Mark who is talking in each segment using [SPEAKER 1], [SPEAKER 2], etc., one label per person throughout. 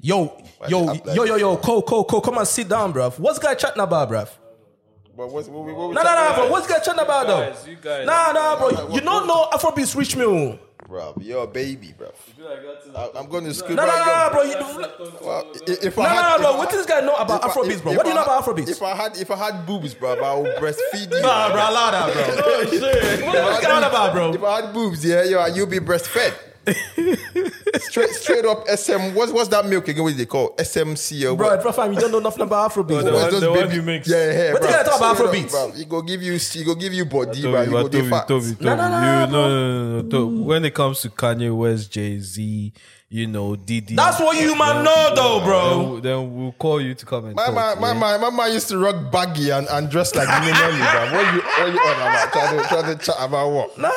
[SPEAKER 1] Yo, yo, yo, yo, yo, Cole, Cole, Cole, come and sit down, bruv. What's guy chatting about, bruv?
[SPEAKER 2] But what's, what, we- what we
[SPEAKER 1] Nah, nah,
[SPEAKER 2] talking
[SPEAKER 1] nah,
[SPEAKER 2] about?
[SPEAKER 1] bro. What's guy chatting about, though?
[SPEAKER 3] Guys, you guys.
[SPEAKER 1] Nah, nah, bro. You don't know Afrobeats rich me. oh.
[SPEAKER 2] Bro, you're a baby, bro. I, am going to scoop
[SPEAKER 1] Nah, nah,
[SPEAKER 2] right
[SPEAKER 1] nah,
[SPEAKER 2] now.
[SPEAKER 1] bro. You don't-
[SPEAKER 2] Well, i- if I
[SPEAKER 1] Nah,
[SPEAKER 2] had-
[SPEAKER 1] nah, nah,
[SPEAKER 2] if I
[SPEAKER 1] bro. What
[SPEAKER 2] had-
[SPEAKER 1] does this guy know about
[SPEAKER 2] if I-
[SPEAKER 1] Afrobeats, bro?
[SPEAKER 2] if
[SPEAKER 1] What do you
[SPEAKER 2] I-
[SPEAKER 1] know about
[SPEAKER 2] If
[SPEAKER 1] Afrobeats?
[SPEAKER 2] I had if I had boobs, bro, I would breastfeed you.
[SPEAKER 1] Nah, bro. Allow that, bro.
[SPEAKER 3] Oh shit!
[SPEAKER 1] What is this guy on about, bro?
[SPEAKER 2] If I had boobs, yeah, yo, you'll be breastfed. straight, straight up SM. What's what's that milk again? What do they call SMC or
[SPEAKER 1] Bro,
[SPEAKER 2] uh, what?
[SPEAKER 1] bro, fam, you don't know nothing about Afrobeats. bro.
[SPEAKER 3] No, no.
[SPEAKER 2] What's
[SPEAKER 3] one-
[SPEAKER 2] those
[SPEAKER 3] the one
[SPEAKER 2] baby-
[SPEAKER 3] you mix.
[SPEAKER 2] Yeah, yeah, yeah.
[SPEAKER 1] What
[SPEAKER 2] bruv.
[SPEAKER 1] you gotta talk about
[SPEAKER 2] Straight
[SPEAKER 1] Afrobeats?
[SPEAKER 2] up, bruv. He go give you, he go give you body, bro.
[SPEAKER 3] Toby,
[SPEAKER 2] You go
[SPEAKER 3] but Toby,
[SPEAKER 2] dey
[SPEAKER 3] Toby,
[SPEAKER 2] fat.
[SPEAKER 3] Toby,
[SPEAKER 1] No, no, no,
[SPEAKER 3] you,
[SPEAKER 1] bro.
[SPEAKER 3] no, no, no, no, Toby. When it comes to Kanye West, Jay Z, you know, Diddy.
[SPEAKER 1] That's what you man know, though,
[SPEAKER 3] Then,
[SPEAKER 1] bro.
[SPEAKER 3] we'll- then we'll call you to come and
[SPEAKER 2] My
[SPEAKER 3] talk.
[SPEAKER 2] man, my,
[SPEAKER 3] yeah?
[SPEAKER 2] man, my man used to rock baggy and, and dress like minimally, bruv. What you, what you on about? Trying to, trying to chat about what?
[SPEAKER 1] Nah.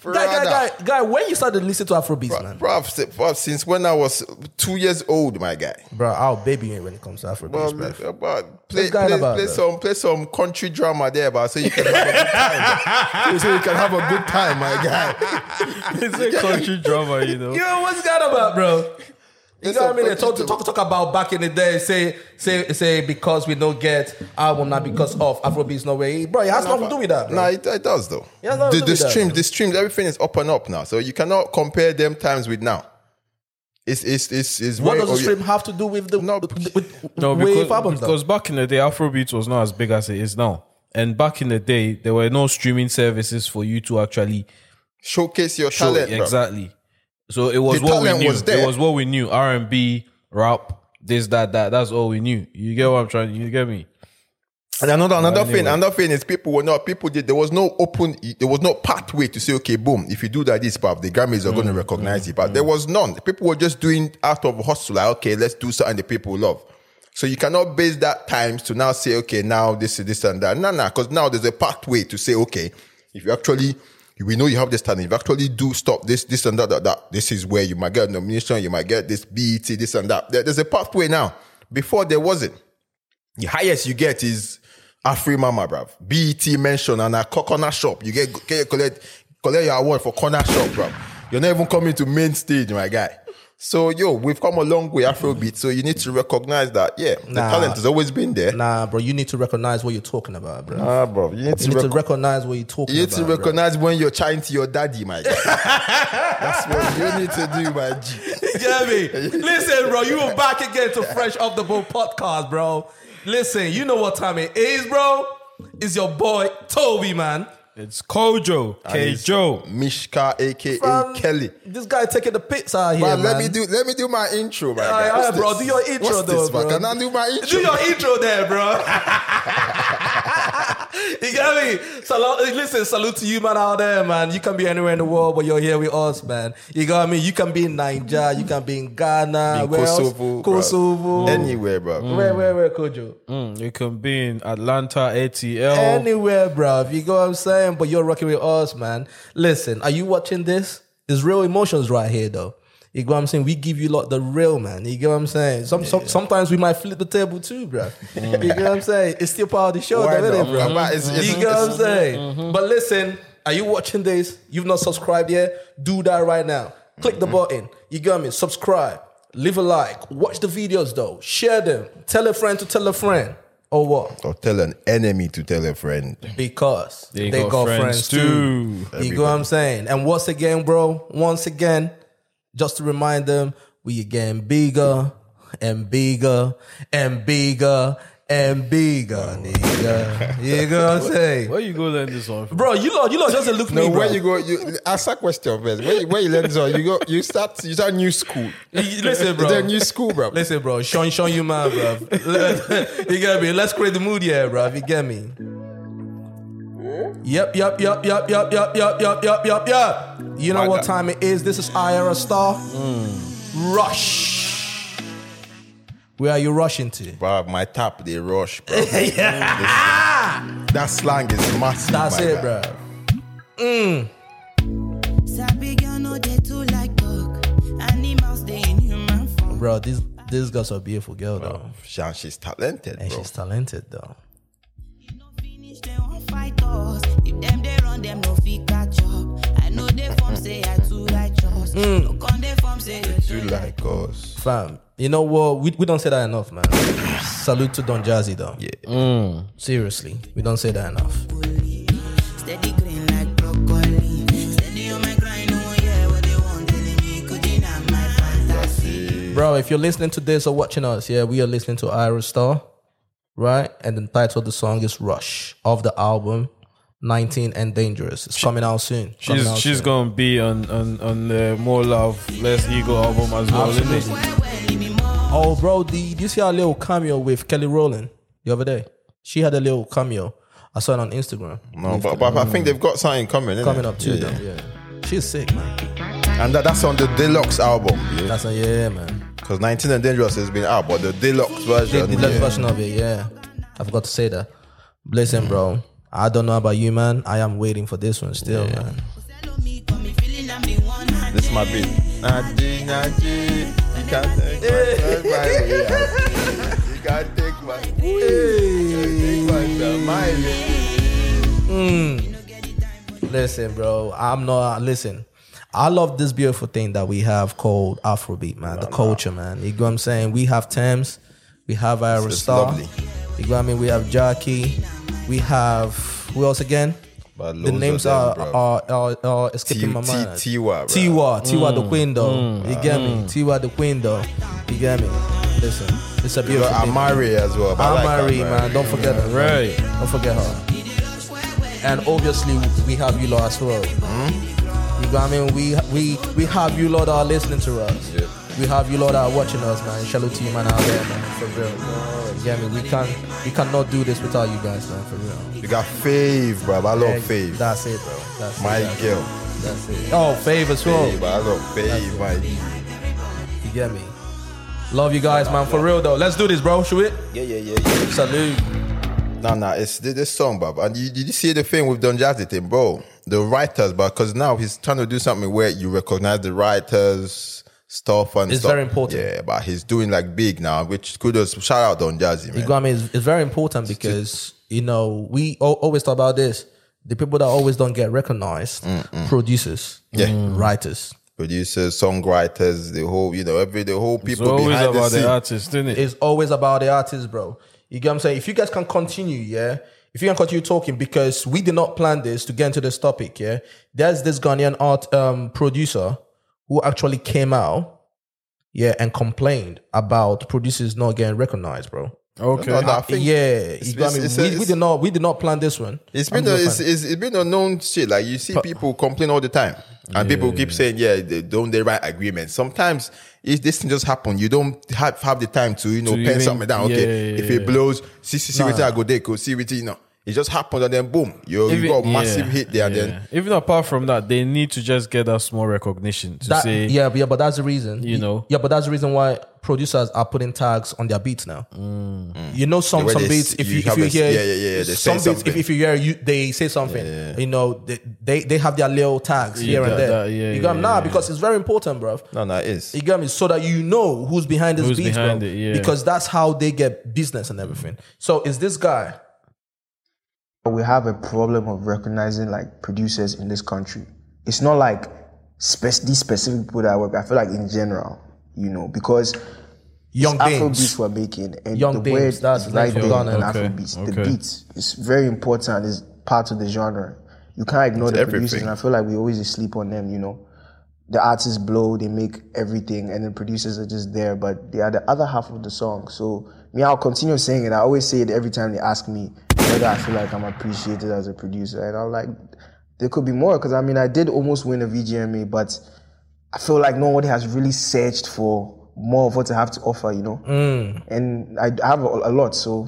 [SPEAKER 1] Guy, guy, guy, guy, when you started listening to Afrobeats, man?
[SPEAKER 2] Bruv, si- bruv, since when I was two years old, my guy.
[SPEAKER 1] Bro, I'll baby you when it comes to Afrobeats,
[SPEAKER 2] Bruv,
[SPEAKER 1] bro.
[SPEAKER 2] bruv, play,
[SPEAKER 1] This guy
[SPEAKER 2] play,
[SPEAKER 1] about
[SPEAKER 2] play
[SPEAKER 1] that.
[SPEAKER 2] some, play some country drama there, bruv, so you can have a good time. so you can have a good time, my guy.
[SPEAKER 3] it's a country drama, you know.
[SPEAKER 1] Yo, what's that about, bro? You
[SPEAKER 2] It's
[SPEAKER 1] know what I mean?
[SPEAKER 2] a
[SPEAKER 1] They
[SPEAKER 2] country
[SPEAKER 1] talk, talk, talk about back in the day. Say, say, say, because we don't get album now because of Afrobeats no way. Bro, it has nothing to do with that. Bro.
[SPEAKER 2] No, it, it does though.
[SPEAKER 1] Yeah, no,
[SPEAKER 2] the,
[SPEAKER 1] do
[SPEAKER 2] the
[SPEAKER 1] that.
[SPEAKER 2] streams, the streams, everything is up and up now. So you cannot compare them times with now. It's it's it's it's
[SPEAKER 1] what
[SPEAKER 2] very
[SPEAKER 1] does the
[SPEAKER 2] obvious.
[SPEAKER 1] stream have to do with the
[SPEAKER 2] oh, No,
[SPEAKER 1] with, with
[SPEAKER 3] No,
[SPEAKER 1] wave albums?
[SPEAKER 3] because,
[SPEAKER 1] though?
[SPEAKER 3] because back in the day, Afrobeat was not as big as it is now. And back in the day, there were no streaming services for you to actually
[SPEAKER 2] showcase your
[SPEAKER 3] show
[SPEAKER 2] talent, bruv.
[SPEAKER 3] exactly. So it was
[SPEAKER 2] The
[SPEAKER 3] what we
[SPEAKER 2] talent
[SPEAKER 3] knew.
[SPEAKER 2] was there.
[SPEAKER 3] It was what we knew. R and B, rap, this, that, that. That's all we knew. You get what I'm trying? You get me?
[SPEAKER 2] And another another
[SPEAKER 3] anyway.
[SPEAKER 2] thing, another thing is people were not people did there was no open there was no pathway to say, okay, boom, if you do that this pub, the Grammys are gonna recognize you. But there was none. People were just doing out of hustle, like, okay, let's do something that people love. So you cannot base that times to now say, okay, now this is this and that. No, no, because now there's a pathway to say, okay, if you actually we know you have this talent, if you actually do stop this, this and that, that, that, this is where you might get a nomination, you might get this BET, this and that. There- there's a pathway now. Before there wasn't the highest you get is Afri Mama, bruv. BET mention and a co- corner shop. You get, get collect collect your award for corner shop, bruv. You're not even coming to main stage, my guy. So yo, we've come a long way, Afrobeat. So you need to recognize that, yeah, the
[SPEAKER 1] Nah.
[SPEAKER 2] talent has always been there.
[SPEAKER 1] nah, bro, you need to recognize what you're talking about, bro.
[SPEAKER 2] Ah, bro, you need
[SPEAKER 1] you
[SPEAKER 2] to,
[SPEAKER 1] need to
[SPEAKER 2] rec-
[SPEAKER 1] recognize what you're talking
[SPEAKER 2] you need
[SPEAKER 1] about.
[SPEAKER 2] to
[SPEAKER 1] bro.
[SPEAKER 2] recognize when you're trying to your daddy, my guy. That's what you need to do, my G.
[SPEAKER 1] You get me? Listen, bro, you are back again to Fresh Off the Boat podcast, bro. Listen, you know what time it is, bro. It's your boy Toby, man.
[SPEAKER 3] It's Kojo, K Joe.
[SPEAKER 2] Mishka, aka
[SPEAKER 1] Fam,
[SPEAKER 2] Kelly.
[SPEAKER 1] This guy taking the pics out here,
[SPEAKER 2] But
[SPEAKER 1] man.
[SPEAKER 2] let me do let me do my intro, my
[SPEAKER 1] Alright,
[SPEAKER 2] guy. What's
[SPEAKER 1] alright, bro,
[SPEAKER 2] this?
[SPEAKER 1] do your intro
[SPEAKER 2] What's
[SPEAKER 1] though,
[SPEAKER 2] this, man?
[SPEAKER 1] bro.
[SPEAKER 2] Can I do my intro?
[SPEAKER 1] Do your intro there, bro. you get me? Salute, listen, salute to you, man, out there, man. You can be anywhere in the world, but you're here with us, man. You got me? You can be in Nigeria, you can be in Ghana,
[SPEAKER 2] in
[SPEAKER 1] where
[SPEAKER 2] Kosovo, Mm.
[SPEAKER 1] else?
[SPEAKER 2] bro.
[SPEAKER 1] Kosovo.
[SPEAKER 2] anywhere, bro.
[SPEAKER 1] Where, where, where, Kojo?
[SPEAKER 3] Mm, it can be in Atlanta, ATL.
[SPEAKER 1] Anywhere, bruv. You go what I'm saying? But you're rocking with us, man. Listen, are you watching this? It's real emotions right here, though. You go what I'm saying? We give you lot the real, man. You go what I'm saying? Some, some, sometimes we might flip the table too, bruv.
[SPEAKER 2] Mm.
[SPEAKER 1] you go what I'm saying? It's still part of the show,
[SPEAKER 2] Why
[SPEAKER 1] though,
[SPEAKER 2] not,
[SPEAKER 1] isn't it, bruv?
[SPEAKER 2] bruv? But it's- it's-
[SPEAKER 1] you go what I'm
[SPEAKER 2] it's- mm-hmm.
[SPEAKER 1] saying? But listen, are you watching this? You've not subscribed yet? Do that right now. Click
[SPEAKER 2] Mm-hmm.
[SPEAKER 1] the button. You got me? Subscribe. Leave a like. Watch the videos, though. Share them. Tell a friend to tell a friend. Or what?
[SPEAKER 2] Or tell an enemy to tell a friend.
[SPEAKER 1] because they,
[SPEAKER 3] They
[SPEAKER 1] got,
[SPEAKER 3] got
[SPEAKER 1] friends,
[SPEAKER 3] friends
[SPEAKER 1] too.
[SPEAKER 3] too.
[SPEAKER 1] You know what I'm saying? And once again, bro, once again, just to remind them, we are getting bigger and bigger and bigger and bigger, nigga. You know what I'm saying?
[SPEAKER 3] Where you go learn this one from?
[SPEAKER 1] Bro, you lot, you lot just look
[SPEAKER 2] No,
[SPEAKER 1] me, bro.
[SPEAKER 2] where you go, you ask that question first. Where you, where you learn this on? You go, you start, you start new school.
[SPEAKER 1] You- Listen,
[SPEAKER 2] Is there
[SPEAKER 1] bro.
[SPEAKER 2] a new school, bro?
[SPEAKER 1] Oh. Listen, bro. Sean, Sean, you man, bro. you get me? Let's create the mood here, bro. You get me? Yep, yep, yep, yep, yep, yep, yep, yep, yep, yep, yep. You know
[SPEAKER 2] My
[SPEAKER 1] what
[SPEAKER 2] God.
[SPEAKER 1] time it is? This is IRA Star. Rush. Where are you rushing to?
[SPEAKER 2] Bro, my tap, they rush, bro. That slang is massive.
[SPEAKER 1] That's
[SPEAKER 2] my
[SPEAKER 1] it,
[SPEAKER 2] guy.
[SPEAKER 1] bro.
[SPEAKER 4] Sabi girl no dey too like dog. Animals they in human form.
[SPEAKER 1] Bro, this this girl's a beautiful girl, though.
[SPEAKER 2] Shan, she's talented,
[SPEAKER 1] And
[SPEAKER 2] Oh, bro.
[SPEAKER 1] she's talented, though.
[SPEAKER 4] You no finish, they won't fight us. If them they run, them no fit catch up. I know they form say I too righteous. us. Look on their form, say
[SPEAKER 2] Do
[SPEAKER 4] they
[SPEAKER 2] like us.
[SPEAKER 1] Fam, you know what? We, we don't say that enough, man. Salute to Don Jazzy, though. Yeah. Seriously, we don't say that enough.
[SPEAKER 4] Steady green like broccoli. Steady on my grind, no one yeah, what they want. Telling me, could you not my fantasy?
[SPEAKER 1] Bro, if you're listening to this or watching us, yeah, we are listening to Iris Star, right? And the title of the song is Rush of the album 19 and Dangerous. It's coming out soon. Coming
[SPEAKER 3] She's
[SPEAKER 1] out
[SPEAKER 3] she's
[SPEAKER 1] soon.
[SPEAKER 3] gonna be on on on the more love, less ego album as well, isn't it?
[SPEAKER 4] Where, where, leave me more.
[SPEAKER 1] Oh, bro, the, did you see our little cameo with Kelly Rowland the other day? She had a little cameo. I saw it on Instagram.
[SPEAKER 2] No, but, but I think they've got something coming. innit?
[SPEAKER 1] Coming up too,
[SPEAKER 2] Yeah.
[SPEAKER 1] though. Yeah. She's sick, man.
[SPEAKER 2] And that, that's on the deluxe album. Yeah.
[SPEAKER 1] That's a yeah, man.
[SPEAKER 2] Because 19 and Dangerous has been out, but the deluxe
[SPEAKER 1] The,
[SPEAKER 2] version.
[SPEAKER 1] the best
[SPEAKER 2] yeah.
[SPEAKER 1] version of it, yeah. I forgot to say that. Listen, bro. I don't know about you, man. I am waiting for this one still, man.
[SPEAKER 4] Tell me, got me feeling I'm the one. I
[SPEAKER 2] This might be. Naji, Naji, you can't take my love, my way out. You can't take my. You can't take my love, my way.
[SPEAKER 1] Mm. Listen, bro. I'm not. Listen, I love this beautiful thing that we have called Afrobeat, man. the culture, man. You know what I'm saying? We have Thames, we have Ira
[SPEAKER 2] it's
[SPEAKER 1] Star.
[SPEAKER 2] lovely.
[SPEAKER 1] You know what I mean? We have Jackie, we have who else again?
[SPEAKER 2] But loads
[SPEAKER 1] the
[SPEAKER 2] of
[SPEAKER 1] names
[SPEAKER 2] them,
[SPEAKER 1] are,
[SPEAKER 2] bro.
[SPEAKER 1] are, are are escaping
[SPEAKER 2] T-
[SPEAKER 1] my
[SPEAKER 2] T-
[SPEAKER 1] mind.
[SPEAKER 2] Tiwa, bro. Mm.
[SPEAKER 1] Tiwa, Tiwa the Queen, though. You get me? Tiwa the Queen, though. You get me? Listen, it's a
[SPEAKER 2] You
[SPEAKER 1] beautiful
[SPEAKER 2] got
[SPEAKER 1] thing. man.
[SPEAKER 2] Amari as well. but I like
[SPEAKER 1] Amari,
[SPEAKER 2] Amari.
[SPEAKER 1] man. Don't forget her.
[SPEAKER 3] Right.
[SPEAKER 1] Don't forget her. And obviously, we have you lot as well.
[SPEAKER 2] Hmm?
[SPEAKER 1] You know what I mean? We we we have you lot that are listening to us.
[SPEAKER 2] Yeah.
[SPEAKER 1] We have you lot that are watching us, man. Shout out to you, man, out there, man. For real. Man. You get me? We can we cannot do this without you guys, man. For real.
[SPEAKER 2] You got Fave, bro. I love Fave.
[SPEAKER 1] That's it, bro. That's
[SPEAKER 2] my
[SPEAKER 1] it, that's
[SPEAKER 2] girl.
[SPEAKER 1] It. That's it. Oh, Fave as well.
[SPEAKER 2] Fave, I love Fave, my.
[SPEAKER 1] You get me? Love you guys, man. For real though. Let's do this, bro. Should we?
[SPEAKER 2] Yeah, yeah, yeah, yeah.
[SPEAKER 1] Salute.
[SPEAKER 2] Nah, nah, it's thi- this song, bro. And you, did you see the thing with Don Jazzy thing, bro? The writers, bro, because now he's trying to do something where you recognize the writers stuff and
[SPEAKER 1] It's
[SPEAKER 2] stuff.
[SPEAKER 1] very important.
[SPEAKER 2] Yeah, but he's doing like big now, which kudos. Shout out Don Jazzy,
[SPEAKER 1] You
[SPEAKER 2] man.
[SPEAKER 1] know what I mean? It's, it's very important because, you know, we al- always talk about this. The people that always don't get recognized, producers,
[SPEAKER 2] Mm,
[SPEAKER 1] Mm.
[SPEAKER 2] Yeah.
[SPEAKER 1] writers.
[SPEAKER 2] Producers, songwriters, the whole, you know, every the whole
[SPEAKER 3] It's
[SPEAKER 2] people
[SPEAKER 3] always
[SPEAKER 2] behind the
[SPEAKER 3] about
[SPEAKER 2] scene.
[SPEAKER 3] the artist, isn't it?
[SPEAKER 1] It's always about the artist, bro. You get what I'm saying? If you guys can continue, yeah? If you can continue talking, because we did not plan this to get into this topic, yeah? There's this Ghanaian art um, producer who actually came out, yeah, and complained about producers not getting recognized, bro.
[SPEAKER 3] Okay.
[SPEAKER 2] No, no, I think
[SPEAKER 1] Yeah, you know what I mean?
[SPEAKER 2] it's-
[SPEAKER 1] we,
[SPEAKER 2] it's-
[SPEAKER 1] we did not we did not plan this one.
[SPEAKER 2] It's
[SPEAKER 1] I'm
[SPEAKER 2] been a,
[SPEAKER 1] just
[SPEAKER 2] it's,
[SPEAKER 1] saying.
[SPEAKER 2] it's, it's been a known shit. Like you see people complain all the time, and people keep saying, "Yeah, they, don't they write agreements?" Sometimes if this thing just happen, you don't have, have the time to you know
[SPEAKER 3] To
[SPEAKER 2] pen
[SPEAKER 3] even-
[SPEAKER 2] something down.
[SPEAKER 3] yeah,
[SPEAKER 2] Okay,
[SPEAKER 3] yeah,
[SPEAKER 2] if
[SPEAKER 3] yeah.
[SPEAKER 2] it blows, see see see
[SPEAKER 1] Nah.
[SPEAKER 2] wetin I go there, go see wetin, you know. It just happened, and then boom, you you
[SPEAKER 3] Even-
[SPEAKER 2] got a massive
[SPEAKER 3] yeah,
[SPEAKER 2] hit there.
[SPEAKER 3] yeah.
[SPEAKER 2] Then
[SPEAKER 3] even apart from that, they need to just get us more recognition to
[SPEAKER 1] That-
[SPEAKER 3] say,
[SPEAKER 1] yeah, but yeah, but that's the reason.
[SPEAKER 3] You know.
[SPEAKER 1] Yeah, but that's the reason why producers are putting tags on their beats now. You know, some
[SPEAKER 2] way
[SPEAKER 1] some
[SPEAKER 2] they
[SPEAKER 1] beats.
[SPEAKER 2] s-
[SPEAKER 1] If
[SPEAKER 2] you
[SPEAKER 1] you, if
[SPEAKER 2] have
[SPEAKER 1] you
[SPEAKER 2] a-
[SPEAKER 1] hear
[SPEAKER 2] yeah, yeah, yeah, they say
[SPEAKER 1] some beats. If,
[SPEAKER 2] something.
[SPEAKER 1] if you hear you, they say something. You know, they, they they have their little tags here
[SPEAKER 3] that-
[SPEAKER 1] and there.
[SPEAKER 3] that- yeah,
[SPEAKER 1] you got
[SPEAKER 3] yeah,
[SPEAKER 1] nah
[SPEAKER 3] yeah.
[SPEAKER 1] because it's very important, bruv.
[SPEAKER 2] no, no, it is.
[SPEAKER 1] You get me? So that you know who's behind this
[SPEAKER 3] Who's
[SPEAKER 1] beats, bro.
[SPEAKER 3] behind it, yeah.
[SPEAKER 1] Because that's how they get business and everything. So is this guy?
[SPEAKER 5] But we have a problem of recognizing like producers in this country. It's not like spec- these specific people that I work. with. I feel like in general, you know, because
[SPEAKER 1] Young
[SPEAKER 5] Afro
[SPEAKER 1] Dames.
[SPEAKER 5] beats we're making and
[SPEAKER 1] Young
[SPEAKER 5] the
[SPEAKER 1] Dames,
[SPEAKER 5] word
[SPEAKER 1] that's
[SPEAKER 5] is right
[SPEAKER 1] the
[SPEAKER 5] there
[SPEAKER 1] name for
[SPEAKER 5] in
[SPEAKER 1] Ghana.
[SPEAKER 5] Afro
[SPEAKER 3] Okay,
[SPEAKER 5] beats.
[SPEAKER 3] okay.
[SPEAKER 5] The beats is very important. It's part of the genre. You can't ignore the producers,
[SPEAKER 2] everything.
[SPEAKER 5] and I feel like we always sleep on them. You know, the artists blow, they make everything, and the producers are just there, but they are the other half of the song. So me, I'll continue saying it. I always say it every time they ask me whether I feel like I'm appreciated as a producer, and I'm like, there could be more because I mean, I did almost win a VGMA, but I feel like nobody has really searched for more of what I have to offer. You know, and I have a, a lot, so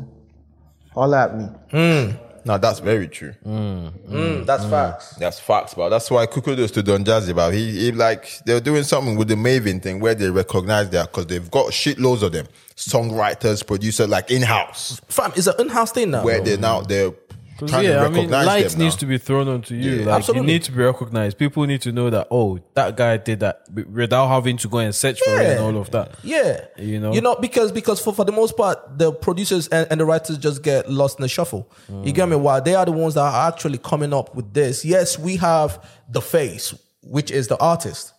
[SPEAKER 5] all at me.
[SPEAKER 2] No, that's very true.
[SPEAKER 1] Mm, that's facts.
[SPEAKER 2] That's facts, but that's why kudos to Don Jazzy, but he, he like they're doing something with the Maven thing where they recognize that because they've got shitloads of them songwriters, producers like in house.
[SPEAKER 1] Fam, it's an in-house thing now.
[SPEAKER 2] where
[SPEAKER 1] bro.
[SPEAKER 2] they're now they're
[SPEAKER 3] 'Cause
[SPEAKER 2] trying
[SPEAKER 3] yeah,
[SPEAKER 2] to
[SPEAKER 3] I mean,
[SPEAKER 2] recognize
[SPEAKER 3] light
[SPEAKER 2] them now.
[SPEAKER 3] needs to be thrown onto you. like,
[SPEAKER 1] Absolutely.
[SPEAKER 3] you need to be recognized. People need to know that, oh, that guy did that w- without having to go and search for it and
[SPEAKER 1] Yeah.
[SPEAKER 3] all of that.
[SPEAKER 1] Yeah,
[SPEAKER 3] You know?
[SPEAKER 1] you know, because because for, for the most part, the producers and, and the writers just get lost in the shuffle. You get me? While they are the ones that are actually coming up with this. Yes, we have the face, which is the artist.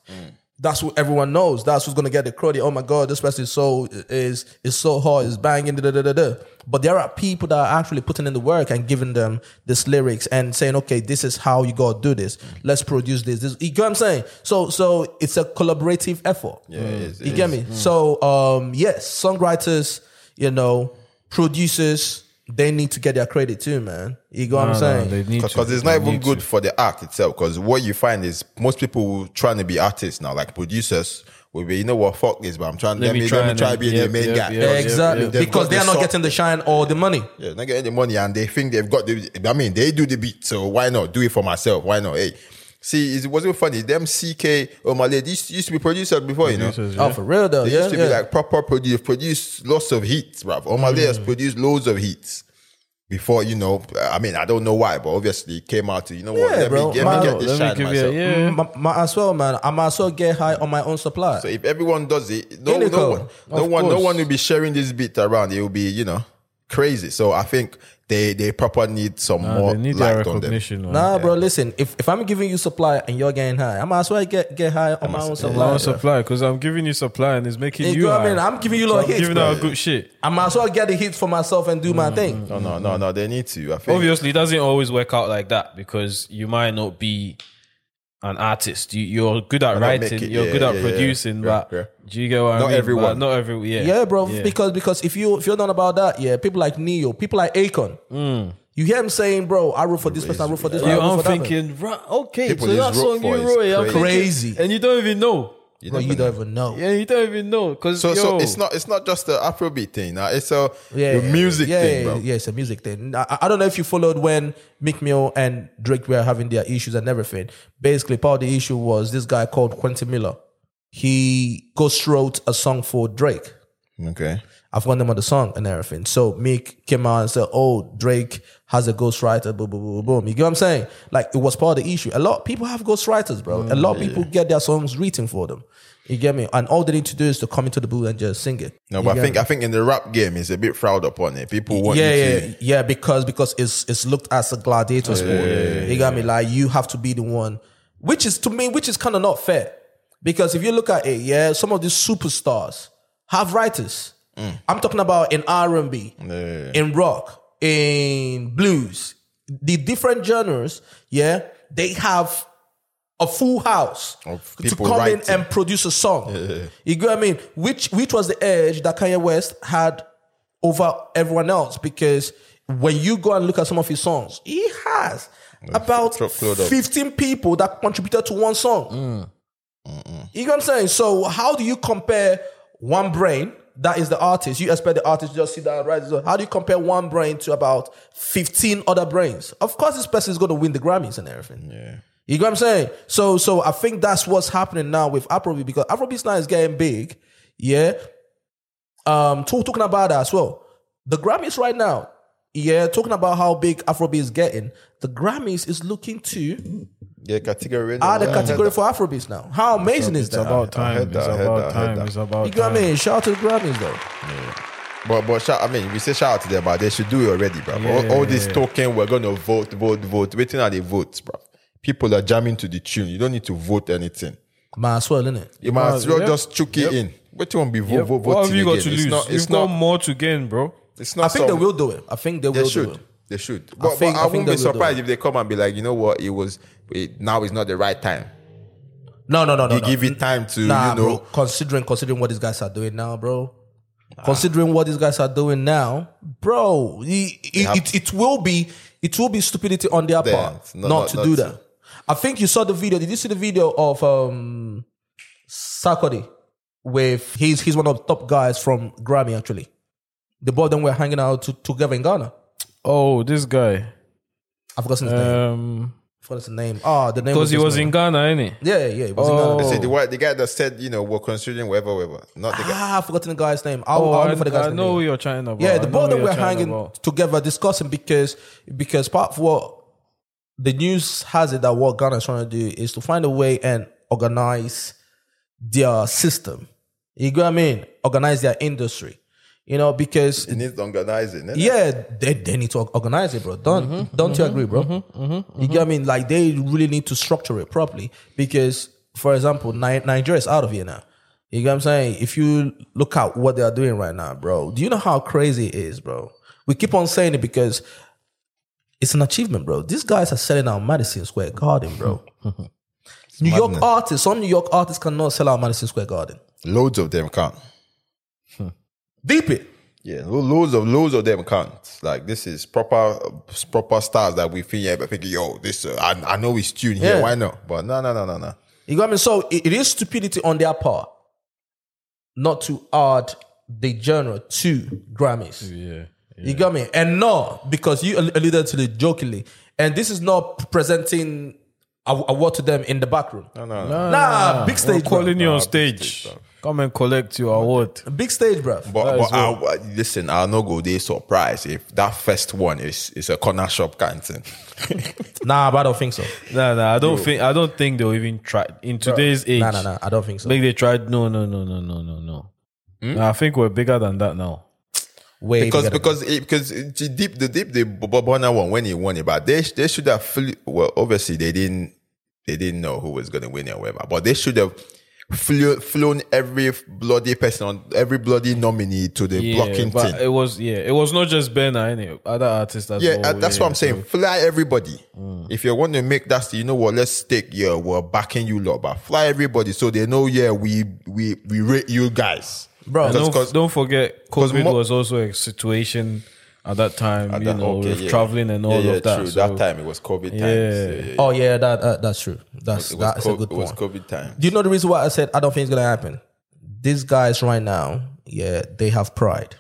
[SPEAKER 1] that's what everyone knows. That's who's gonna get the credit. Oh my god, this person is so is is so hard, is banging. Da, da, da, da. But there are people that are actually putting in the work and giving them this lyrics and saying, okay, this is how you gotta do this. Let's produce this. this. You get what I'm saying? So so it's a collaborative effort. Yeah,
[SPEAKER 2] is, it
[SPEAKER 1] you get me? So um, yes, songwriters, you know, producers, they need to get their credit too, man. You get what I'm saying?
[SPEAKER 2] Because it's not even good for the act itself. Because what you find is most people who trying to be artists now, like producers, will be, you know what, fuck this, but I'm trying, let, me, try, let me try to be
[SPEAKER 3] and-
[SPEAKER 2] the main
[SPEAKER 3] yep,
[SPEAKER 2] guy.
[SPEAKER 3] yep, yep.
[SPEAKER 1] exactly.
[SPEAKER 2] They've
[SPEAKER 1] Because
[SPEAKER 2] got
[SPEAKER 1] they are
[SPEAKER 2] the
[SPEAKER 1] not
[SPEAKER 2] song.
[SPEAKER 1] getting the shine or the money.
[SPEAKER 2] Yeah, not getting the money, and they think they've got the. I mean, they do the beat, so why not do it for myself? Why not? Hey, see, it wasn't funny. Them CK Omale, these used to be producers before, you know.
[SPEAKER 3] Producers,
[SPEAKER 1] Oh, for real though.
[SPEAKER 2] They
[SPEAKER 1] yeah,
[SPEAKER 2] used to
[SPEAKER 1] yeah.
[SPEAKER 2] be like proper producers, produced lots of hits, bruv. Omale has
[SPEAKER 1] Mm.
[SPEAKER 2] produced loads of hits. Before you know, I mean, I don't know why, but obviously it came out to you know what?
[SPEAKER 1] Yeah,
[SPEAKER 2] Let
[SPEAKER 1] bro.
[SPEAKER 2] me, get- let
[SPEAKER 1] Why
[SPEAKER 2] me
[SPEAKER 1] not?
[SPEAKER 2] get this shine myself.
[SPEAKER 3] yeah.
[SPEAKER 1] M- might as well, man. I might as well get high on my own supply.
[SPEAKER 2] So if everyone does it, no,
[SPEAKER 1] Any
[SPEAKER 2] no
[SPEAKER 1] code.
[SPEAKER 2] one, no
[SPEAKER 3] Of
[SPEAKER 2] one, no
[SPEAKER 3] course.
[SPEAKER 2] one will be sharing this beat around. It will be, you know, crazy. So I think they they proper need some
[SPEAKER 3] Nah,
[SPEAKER 2] more
[SPEAKER 3] they need their
[SPEAKER 2] light on them.
[SPEAKER 3] recognition. man.
[SPEAKER 1] nah, bro. Listen, if, if I'm giving you supply and you're getting high, I might as well get get high on my own
[SPEAKER 3] I'm
[SPEAKER 1] supply.
[SPEAKER 3] not on supply because I'm giving you supply and it's making
[SPEAKER 1] You
[SPEAKER 3] you.
[SPEAKER 1] know what I
[SPEAKER 3] high.
[SPEAKER 1] mean? I'm giving you
[SPEAKER 3] So
[SPEAKER 1] lot
[SPEAKER 3] I'm
[SPEAKER 1] hits,
[SPEAKER 3] Giving
[SPEAKER 1] bro.
[SPEAKER 3] out good shit.
[SPEAKER 1] I might as well get the hits for myself and do my thing.
[SPEAKER 2] No, no, no, no. They need to. I think.
[SPEAKER 3] Obviously, it doesn't always work out like that because you might not be an artist. You, you're good at
[SPEAKER 2] don't make
[SPEAKER 3] writing.
[SPEAKER 2] it,
[SPEAKER 3] you're
[SPEAKER 2] yeah,
[SPEAKER 3] good at
[SPEAKER 2] yeah, yeah.
[SPEAKER 3] producing,
[SPEAKER 2] Yeah,
[SPEAKER 3] but
[SPEAKER 2] yeah.
[SPEAKER 3] do you get what
[SPEAKER 2] Not
[SPEAKER 3] I mean? But
[SPEAKER 2] everyone.
[SPEAKER 3] Not every. Yeah,
[SPEAKER 1] Yeah, bro. Because because if you if you're not about that, yeah, people like Neo, people like Akon. You hear him saying, "Bro, I root for this person, I root for this."
[SPEAKER 3] You,
[SPEAKER 1] person, I root
[SPEAKER 3] I'm
[SPEAKER 1] for that person."
[SPEAKER 3] thinking, right, okay,
[SPEAKER 2] People
[SPEAKER 3] so
[SPEAKER 2] is
[SPEAKER 3] that
[SPEAKER 2] rock
[SPEAKER 3] song
[SPEAKER 2] for
[SPEAKER 3] you
[SPEAKER 2] is
[SPEAKER 3] wrote, yeah, I'm
[SPEAKER 2] crazy.
[SPEAKER 3] thinking-
[SPEAKER 1] Crazy.
[SPEAKER 3] and you don't even know.
[SPEAKER 1] Bro, you don't even know.
[SPEAKER 3] Yeah, you don't even know because
[SPEAKER 2] so, so it's not it's not just the Afrobeat thing. Nah. It's a the music
[SPEAKER 1] yeah,
[SPEAKER 2] thing,
[SPEAKER 1] yeah,
[SPEAKER 2] bro.
[SPEAKER 1] Yeah, it's a music thing. I, I don't know if you followed when Mick Mill and Drake were having their issues and everything. Basically, part of the issue was this guy called Quentin Miller. He ghost wrote a song for Drake.
[SPEAKER 2] Okay.
[SPEAKER 1] I've got them on the song and everything. So Meek came out and said, "Oh, Drake has a ghostwriter." Boom, boom, boom, boom. You get what I'm saying? Like it was part of the issue. A lot of people have ghostwriters, bro. a
[SPEAKER 2] Mm,
[SPEAKER 1] lot of people get their songs written for them. You get me? And all they need to do is to come into the booth and just sing it.
[SPEAKER 2] No,
[SPEAKER 1] You
[SPEAKER 2] but
[SPEAKER 1] get
[SPEAKER 2] I think
[SPEAKER 1] me?
[SPEAKER 2] I think in the rap game it's a bit frowned upon. It people want
[SPEAKER 1] yeah,
[SPEAKER 2] you
[SPEAKER 1] yeah,
[SPEAKER 2] to.
[SPEAKER 1] yeah, because because it's it's looked as a gladiator sport. you got me like you have to be the one, which is to me, which is kind of not fair. Because if you look at it, yeah, some of these superstars have writers.
[SPEAKER 2] Mm.
[SPEAKER 1] I'm talking about in R and B, in rock, in blues, the different genres. Yeah, they have a full house
[SPEAKER 2] Of
[SPEAKER 1] to
[SPEAKER 2] people
[SPEAKER 1] come in
[SPEAKER 2] writing.
[SPEAKER 1] and produce a song. You get what I mean? Which which was the edge that Kanye West had over everyone else because when you go and look at some of his songs, he has about
[SPEAKER 2] truckload of-
[SPEAKER 1] 15 people that contributed to one song. You know what I'm saying? So how do you compare one brain that is the artist? You expect the artist to just sit down and write. So how do you compare one brain to about 15 other brains? Of course, this person is going to win the Grammys and everything. Yeah. You know what I'm saying? So, so I think that's what's happening now with Afrobeat because Afrobeat now is getting big. Yeah. Um, to- talking about that as well. The Grammys right now. Yeah, talking about how big Afrobeat is getting. The Grammys is looking to
[SPEAKER 2] Yeah, category.
[SPEAKER 1] add a
[SPEAKER 2] Yeah.
[SPEAKER 1] Ah, category for Afrobeat now. How amazing is
[SPEAKER 3] It's
[SPEAKER 1] that?
[SPEAKER 3] about
[SPEAKER 2] I heard
[SPEAKER 3] time.
[SPEAKER 2] that,
[SPEAKER 3] It's
[SPEAKER 2] I heard that, I
[SPEAKER 3] about
[SPEAKER 2] heard
[SPEAKER 3] time.
[SPEAKER 2] that.
[SPEAKER 3] It's about
[SPEAKER 1] You know what I
[SPEAKER 3] time.
[SPEAKER 1] mean? Shout out to the Grammys though.
[SPEAKER 2] But but shout, I mean, we say shout out to them, but they should do it already, bro. all, all this talking, we're gonna vote, vote, vote. Waiting at the votes, bro. People are jamming to the tune. You don't need to vote anything.
[SPEAKER 1] Might as well, innit?
[SPEAKER 2] You might as well
[SPEAKER 3] Yep.
[SPEAKER 2] just chuck it in. Wait till be vote,
[SPEAKER 3] Yep.
[SPEAKER 2] vote, voting
[SPEAKER 3] What have you got
[SPEAKER 2] again.
[SPEAKER 3] to
[SPEAKER 2] It's
[SPEAKER 3] lose?
[SPEAKER 2] not. It's
[SPEAKER 3] You've got
[SPEAKER 2] not.
[SPEAKER 3] more to gain, bro.
[SPEAKER 2] It's
[SPEAKER 1] I
[SPEAKER 2] not.
[SPEAKER 1] think they
[SPEAKER 2] some-
[SPEAKER 1] will do it. I think they will
[SPEAKER 2] They
[SPEAKER 1] do
[SPEAKER 2] should.
[SPEAKER 1] it.
[SPEAKER 2] They should. But, but I,
[SPEAKER 1] think- I think
[SPEAKER 2] wouldn't
[SPEAKER 1] they
[SPEAKER 2] be
[SPEAKER 1] will do
[SPEAKER 2] surprised if they come and be like, you know what? It was. It, now is not the right time.
[SPEAKER 1] No, no, no, no.
[SPEAKER 2] You
[SPEAKER 1] no.
[SPEAKER 2] give it time to.
[SPEAKER 1] Nah,
[SPEAKER 2] you know.
[SPEAKER 1] bro. Considering considering what these guys are doing now, bro. Considering what these guys are doing now, bro, it,
[SPEAKER 2] have-
[SPEAKER 1] it, it will be it will be stupidity on their
[SPEAKER 2] There.
[SPEAKER 1] part
[SPEAKER 2] No,
[SPEAKER 1] not,
[SPEAKER 2] not-
[SPEAKER 1] to
[SPEAKER 2] not
[SPEAKER 1] do
[SPEAKER 2] to-
[SPEAKER 1] that. I think you saw the video. Did you see the video of um Sarkozy with he's he's one of the top guys from Grammy actually. The both of them were hanging out to, together in Ghana.
[SPEAKER 3] Oh, this guy.
[SPEAKER 1] I forgot his name.
[SPEAKER 3] Um,
[SPEAKER 1] I forgot his name. Ah, the name
[SPEAKER 3] because he
[SPEAKER 1] this
[SPEAKER 3] was
[SPEAKER 1] man.
[SPEAKER 3] in Ghana, innit?
[SPEAKER 1] Yeah, yeah, it was in Ghana.
[SPEAKER 3] Oh.
[SPEAKER 2] They say the, one- the guy that said, you know, we're considering whatever, whatever. Not the guy.
[SPEAKER 1] Ah, I've forgotten the guy's name. I'll,
[SPEAKER 3] Oh,
[SPEAKER 1] I'll
[SPEAKER 3] I,
[SPEAKER 1] look for the guy's
[SPEAKER 3] I
[SPEAKER 1] name.
[SPEAKER 3] know who you're trying about.
[SPEAKER 1] yeah, the
[SPEAKER 3] I know
[SPEAKER 1] both
[SPEAKER 3] who
[SPEAKER 1] of them
[SPEAKER 3] you're
[SPEAKER 1] were
[SPEAKER 3] chatting
[SPEAKER 1] hanging
[SPEAKER 3] about.
[SPEAKER 1] together discussing because because part of what the news has it that what Ghana is trying to do is to find a way and organize their system. You get what I mean? Organize their industry. You know, because
[SPEAKER 2] It needs organizing. innit?
[SPEAKER 1] yeah, they, they need to organize it, bro. Don't don't you agree, bro? you get what I mean? Like they really need to structure it properly because for example, Ni- Nigeria is out of here now. You get what I'm saying? If you look at what they are doing right now, bro, do you know how crazy it is, bro? We keep on saying it because it's an achievement, bro. These guys are selling out Madison Square Garden, bro. New York
[SPEAKER 2] madness.
[SPEAKER 1] artists, some New York artists cannot sell out Madison Square Garden.
[SPEAKER 2] Loads of them can't.
[SPEAKER 1] Deep it.
[SPEAKER 2] Yeah, lo- loads of loads of them can't. Like this is proper proper stars that we feel yeah, but thinking, yo, this uh, I, I know it's tuned here.
[SPEAKER 1] Yeah.
[SPEAKER 2] Why not? But no, no, no, no, no.
[SPEAKER 1] You got me? So it, it is stupidity on their part not to add the genre to Grammys.
[SPEAKER 3] Yeah.
[SPEAKER 1] You got me? And no, because you al- alluded to it jokingly. And this is not presenting a award to them in the back room.
[SPEAKER 2] No, no, no.
[SPEAKER 1] nah, big stage,
[SPEAKER 3] Ah, We're calling
[SPEAKER 1] bro.
[SPEAKER 3] you on
[SPEAKER 2] big
[SPEAKER 3] stage.
[SPEAKER 2] stage,
[SPEAKER 3] Come and collect your award.
[SPEAKER 1] Big stage, bruv.
[SPEAKER 2] But,
[SPEAKER 3] That
[SPEAKER 2] but
[SPEAKER 3] is
[SPEAKER 2] I, I- listen, I'll not go there surprised if that first one is is a corner shop canteen.
[SPEAKER 1] nah, but I don't think so.
[SPEAKER 3] Nah, nah. I don't think. I don't think they'll even try in today's age.
[SPEAKER 1] Nah, nah, nah. I don't think so.
[SPEAKER 3] Like they tried. No, no, no, no, no, no, no. Nah, I think we're bigger than that now.
[SPEAKER 1] Way bigger
[SPEAKER 2] because
[SPEAKER 1] than-
[SPEAKER 2] because it, because it- the deep the deep the Bonner one when he won it, but they they should have flew, well obviously they didn't they didn't know who was going to win it or whatever, but they should have flew, flown every bloody person on every bloody nominee to the
[SPEAKER 3] Yeah,
[SPEAKER 2] blocking
[SPEAKER 3] but
[SPEAKER 2] team.
[SPEAKER 3] it was yeah. It was not just Benna, any other artists. As
[SPEAKER 2] yeah,
[SPEAKER 3] well,
[SPEAKER 2] uh, that's what I'm saying. Fly everybody.
[SPEAKER 3] Mm.
[SPEAKER 2] If you want to make that, you know what? Let's take yeah, we're backing you lot, but fly everybody so they know yeah we we we rate you guys,
[SPEAKER 1] Bro,
[SPEAKER 3] And
[SPEAKER 2] Because-
[SPEAKER 3] don't,
[SPEAKER 2] 'cause-
[SPEAKER 3] don't forget,
[SPEAKER 2] 'cause
[SPEAKER 3] COVID
[SPEAKER 2] mo-
[SPEAKER 3] was also a situation at that time. you
[SPEAKER 2] that-
[SPEAKER 3] know,
[SPEAKER 2] okay,
[SPEAKER 3] with
[SPEAKER 2] yeah.
[SPEAKER 3] traveling and all
[SPEAKER 2] Yeah, yeah,
[SPEAKER 3] of that.
[SPEAKER 2] True.
[SPEAKER 3] so-
[SPEAKER 2] that time it was COVID time.
[SPEAKER 3] Yeah.
[SPEAKER 2] So, yeah,
[SPEAKER 1] Oh, yeah, that, uh, that's true. That's,
[SPEAKER 2] It was,
[SPEAKER 1] that's
[SPEAKER 2] co-
[SPEAKER 1] a good
[SPEAKER 2] it
[SPEAKER 1] point.
[SPEAKER 2] was COVID time.
[SPEAKER 1] Do you know the reason why I said I don't think it's gonna happen? These guys right now, yeah, they have pride.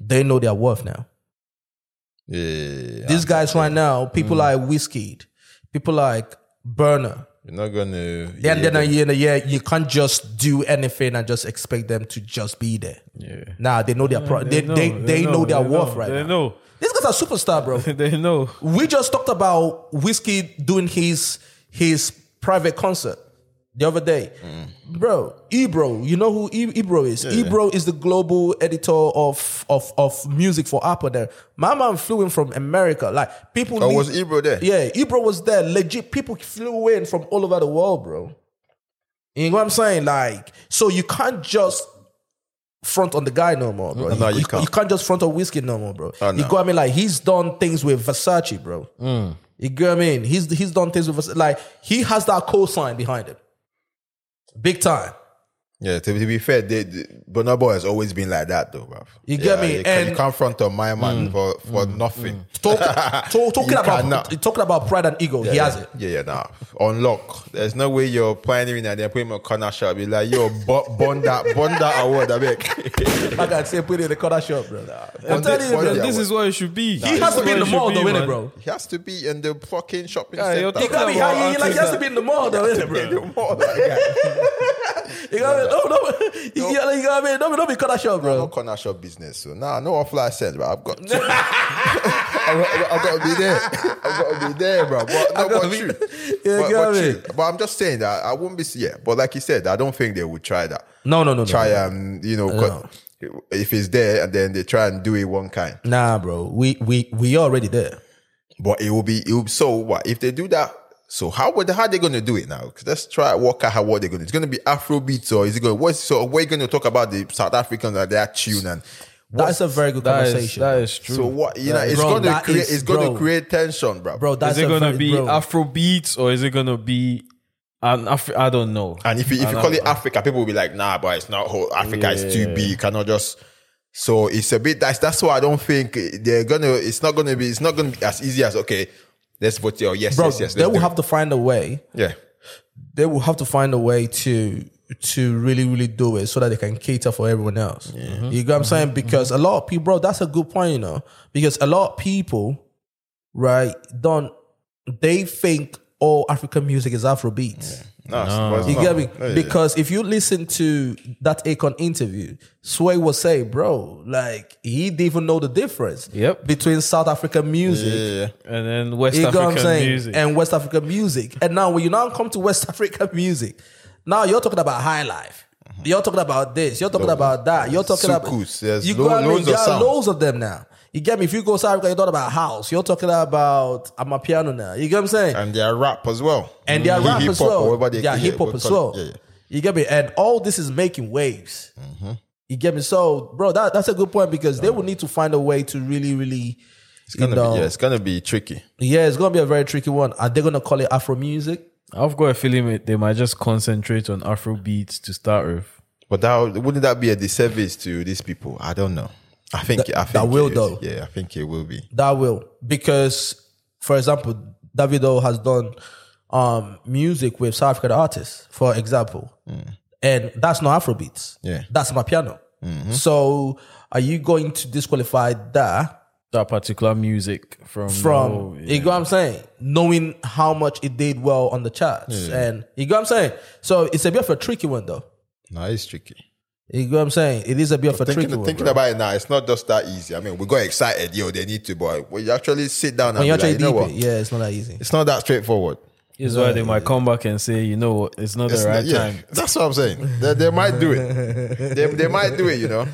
[SPEAKER 1] They know their worth now.
[SPEAKER 2] Yeah,
[SPEAKER 1] These guys right now, people like Whiskey, people like Burner.
[SPEAKER 2] you're not gonna.
[SPEAKER 1] Yeah, and then a year in a year, you can't just do anything and just expect them to just be there.
[SPEAKER 3] Yeah.
[SPEAKER 1] Nah, they know their pride. They, they, they, know, their
[SPEAKER 3] they
[SPEAKER 1] worth
[SPEAKER 3] know,
[SPEAKER 1] right
[SPEAKER 3] They
[SPEAKER 1] now.
[SPEAKER 3] know.
[SPEAKER 1] These guys are superstar, bro.
[SPEAKER 3] They know.
[SPEAKER 1] we just talked about Whiskey doing his his private concert the other day. Bro, Ebro, you know who E- Ebro is? Ebro is the global editor of, of of music for Apple there. My man flew in from America. Like people
[SPEAKER 2] Oh,
[SPEAKER 1] need-
[SPEAKER 2] was Ebro there?
[SPEAKER 1] Yeah, Ebro was there. Legit people flew in from all over the world, bro. You know what I'm saying? Like, so you can't just front on the guy no more, bro.
[SPEAKER 2] No, you can't.
[SPEAKER 1] You can't just front on whiskey no more, bro.
[SPEAKER 2] Oh,
[SPEAKER 1] You
[SPEAKER 2] no. Mm.
[SPEAKER 1] got what I mean? Like he's done things with Versace, bro. You get what I mean? He's he's done things with Versace. Like he has that cosign behind him, big time.
[SPEAKER 2] yeah. To, to be fair, they, they, Burna Boy has always been like that, though, bruv.
[SPEAKER 1] You get
[SPEAKER 2] Yeah,
[SPEAKER 1] me?
[SPEAKER 2] You, can,
[SPEAKER 1] And- Mm.
[SPEAKER 2] you can't front on my man for for nothing.
[SPEAKER 1] Talk, talk, talking
[SPEAKER 2] You
[SPEAKER 1] about
[SPEAKER 2] cannot.
[SPEAKER 1] talking about pride and ego, he has it.
[SPEAKER 2] Yeah, yeah, nah. Unlock. There's no way you're pioneering and then put him on corner shop. Be like, yo, bu- bond that, bond that award. I beg.
[SPEAKER 1] Like I say, put it in the corner shop, bro. I'm
[SPEAKER 2] Bond it-
[SPEAKER 1] telling you,
[SPEAKER 2] bond
[SPEAKER 1] bro,
[SPEAKER 2] it
[SPEAKER 3] This is what it should be.
[SPEAKER 1] he has to be in the
[SPEAKER 3] more
[SPEAKER 1] mall though, innit, bro?
[SPEAKER 2] He has to be in the fucking shopping
[SPEAKER 3] Yeah, you're
[SPEAKER 1] You
[SPEAKER 2] center.
[SPEAKER 3] talking
[SPEAKER 1] got me?
[SPEAKER 3] about
[SPEAKER 1] How you- Like he has to
[SPEAKER 3] artists
[SPEAKER 1] be in the mall though, innit, bro?
[SPEAKER 2] More that guy.
[SPEAKER 1] You got me? No, no. You got you got me? No, no, be corner shop,
[SPEAKER 2] No
[SPEAKER 1] bro.
[SPEAKER 2] corner shop business. So nah, no offline sense, bro. I've got to, I've, I've got to be there. I've got to be there, bro. But,
[SPEAKER 1] gotta
[SPEAKER 2] no, but
[SPEAKER 1] be-
[SPEAKER 2] true.
[SPEAKER 1] Yeah,
[SPEAKER 2] but,
[SPEAKER 1] you
[SPEAKER 2] but,
[SPEAKER 1] got me?
[SPEAKER 2] true. But I'm just saying that I won't be. Yeah, but like you said, I don't think they would try that.
[SPEAKER 1] No, no, no, no.
[SPEAKER 2] Try and you know, co- if it's there, and then they try and do it one kind.
[SPEAKER 1] Nah, bro. We we we already there.
[SPEAKER 2] But it will be. It will, so what if they do that? So how would how they gonna do it now? 'Cause let's try work out how what they're gonna. It's gonna be Afro beats or is it gonna? What's so we're gonna talk about the South Africans and their tune and
[SPEAKER 1] That's a very good
[SPEAKER 3] That is,
[SPEAKER 1] conversation,
[SPEAKER 3] that is true.
[SPEAKER 2] So what you know, it's
[SPEAKER 1] Bro,
[SPEAKER 2] going to
[SPEAKER 1] that
[SPEAKER 2] create
[SPEAKER 1] is-
[SPEAKER 2] it's going
[SPEAKER 1] bro.
[SPEAKER 2] to create tension, bro.
[SPEAKER 1] bro. That's
[SPEAKER 3] is it
[SPEAKER 1] a
[SPEAKER 3] gonna
[SPEAKER 1] very-
[SPEAKER 3] be
[SPEAKER 1] bro.
[SPEAKER 3] Afro beats or is it gonna be an Afro? I don't know.
[SPEAKER 2] and if you, if you call it Africa, people will be like, nah, but it's not whole Africa. It's too big. You cannot just. So it's a bit. That's that's why I don't think they're gonna. It's not gonna be. It's not gonna be as easy as okay. Let's vote here. Yes,
[SPEAKER 1] bro.
[SPEAKER 2] yes, yes.
[SPEAKER 1] they
[SPEAKER 2] let's
[SPEAKER 1] will
[SPEAKER 2] do
[SPEAKER 1] have to find a way.
[SPEAKER 2] it. yeah.
[SPEAKER 1] They will have to find a way to to really really do it so that they can cater for everyone else. You know what I'm
[SPEAKER 3] Mm-hmm.
[SPEAKER 1] saying? Because a lot of people, bro. That's a good point, you know. Because a lot of people, right, don't they think all African music is Afrobeats?
[SPEAKER 2] No, it's-
[SPEAKER 1] You
[SPEAKER 2] it's
[SPEAKER 1] get
[SPEAKER 2] not.
[SPEAKER 1] me?
[SPEAKER 2] Uh-huh. Yeah, yeah.
[SPEAKER 1] Because if you listen to that Akon interview, Sway will say, bro, like he didn't even know the difference
[SPEAKER 3] Yep.
[SPEAKER 1] between South African music.
[SPEAKER 3] and then West
[SPEAKER 1] You know what I'm
[SPEAKER 3] African
[SPEAKER 1] saying?
[SPEAKER 3] music.
[SPEAKER 1] And West African music. And now when you now come to West African music, now you're talking about high life.
[SPEAKER 2] Uh-huh.
[SPEAKER 1] You're talking about this. You're talking about that. You're talking about
[SPEAKER 2] Sukus, yes,
[SPEAKER 1] you
[SPEAKER 2] lo-
[SPEAKER 1] got
[SPEAKER 2] loads of
[SPEAKER 1] there are
[SPEAKER 2] sound.
[SPEAKER 1] loads of them now. You get me? If you go South Africa, you're talking about house. You're talking about I'm a piano now. You get what I'm saying?
[SPEAKER 2] and their rap as well.
[SPEAKER 1] and their
[SPEAKER 2] Hip-
[SPEAKER 1] rap
[SPEAKER 2] hip-hop
[SPEAKER 1] as
[SPEAKER 2] or
[SPEAKER 1] well.
[SPEAKER 2] whatever they-
[SPEAKER 1] yeah, hip hop
[SPEAKER 2] what
[SPEAKER 1] as
[SPEAKER 2] call
[SPEAKER 1] well.
[SPEAKER 2] it. Yeah, Mm-hmm. yeah.
[SPEAKER 1] You get me? And all this is making waves. You get me? So, bro, that, that's a good point because they will need to find a way to really, really.
[SPEAKER 2] It's gonna
[SPEAKER 1] you know,
[SPEAKER 2] be yeah, it's gonna be tricky.
[SPEAKER 1] yeah, it's gonna be a very tricky one. Are they gonna call it Afro music?
[SPEAKER 3] I've got a feeling it- they might just concentrate on Afro beats to start with.
[SPEAKER 2] But that wouldn't that be a disservice to these people? I don't know. I think I think
[SPEAKER 1] that will
[SPEAKER 2] it-
[SPEAKER 1] though.
[SPEAKER 2] Yeah, I think it will be.
[SPEAKER 1] That will because, for example, Davido has done um music with South African artists, for example, and that's not Afrobeats.
[SPEAKER 2] Mm. Yeah. Mm-hmm.
[SPEAKER 1] that's my piano. So, are you going to disqualify that?
[SPEAKER 3] That particular music from
[SPEAKER 1] from
[SPEAKER 3] oh, yeah.
[SPEAKER 1] you know what I'm saying, knowing how much it did well on the charts, and you know what I'm saying. So it's a bit of a tricky one, though.
[SPEAKER 2] No, it's tricky.
[SPEAKER 1] You know what I'm saying. It is a bit of a tricky
[SPEAKER 2] Thinking,
[SPEAKER 1] one.
[SPEAKER 2] thinking
[SPEAKER 1] bro.
[SPEAKER 2] about it now, it's not just that easy. I mean, we got excited, yo. They need to, but when you actually sit down and
[SPEAKER 1] when
[SPEAKER 2] be
[SPEAKER 1] you
[SPEAKER 2] like,
[SPEAKER 1] actually
[SPEAKER 2] you know
[SPEAKER 1] deep
[SPEAKER 2] what,
[SPEAKER 1] it, yeah, it's not that easy.
[SPEAKER 2] it's not that straightforward.
[SPEAKER 3] is why they might come back and say, you know what, it's not
[SPEAKER 2] It's
[SPEAKER 3] the
[SPEAKER 2] not-
[SPEAKER 3] right
[SPEAKER 2] yeah,
[SPEAKER 3] time.
[SPEAKER 2] that's what I'm saying. They, they might do it. They, they might do it. You know,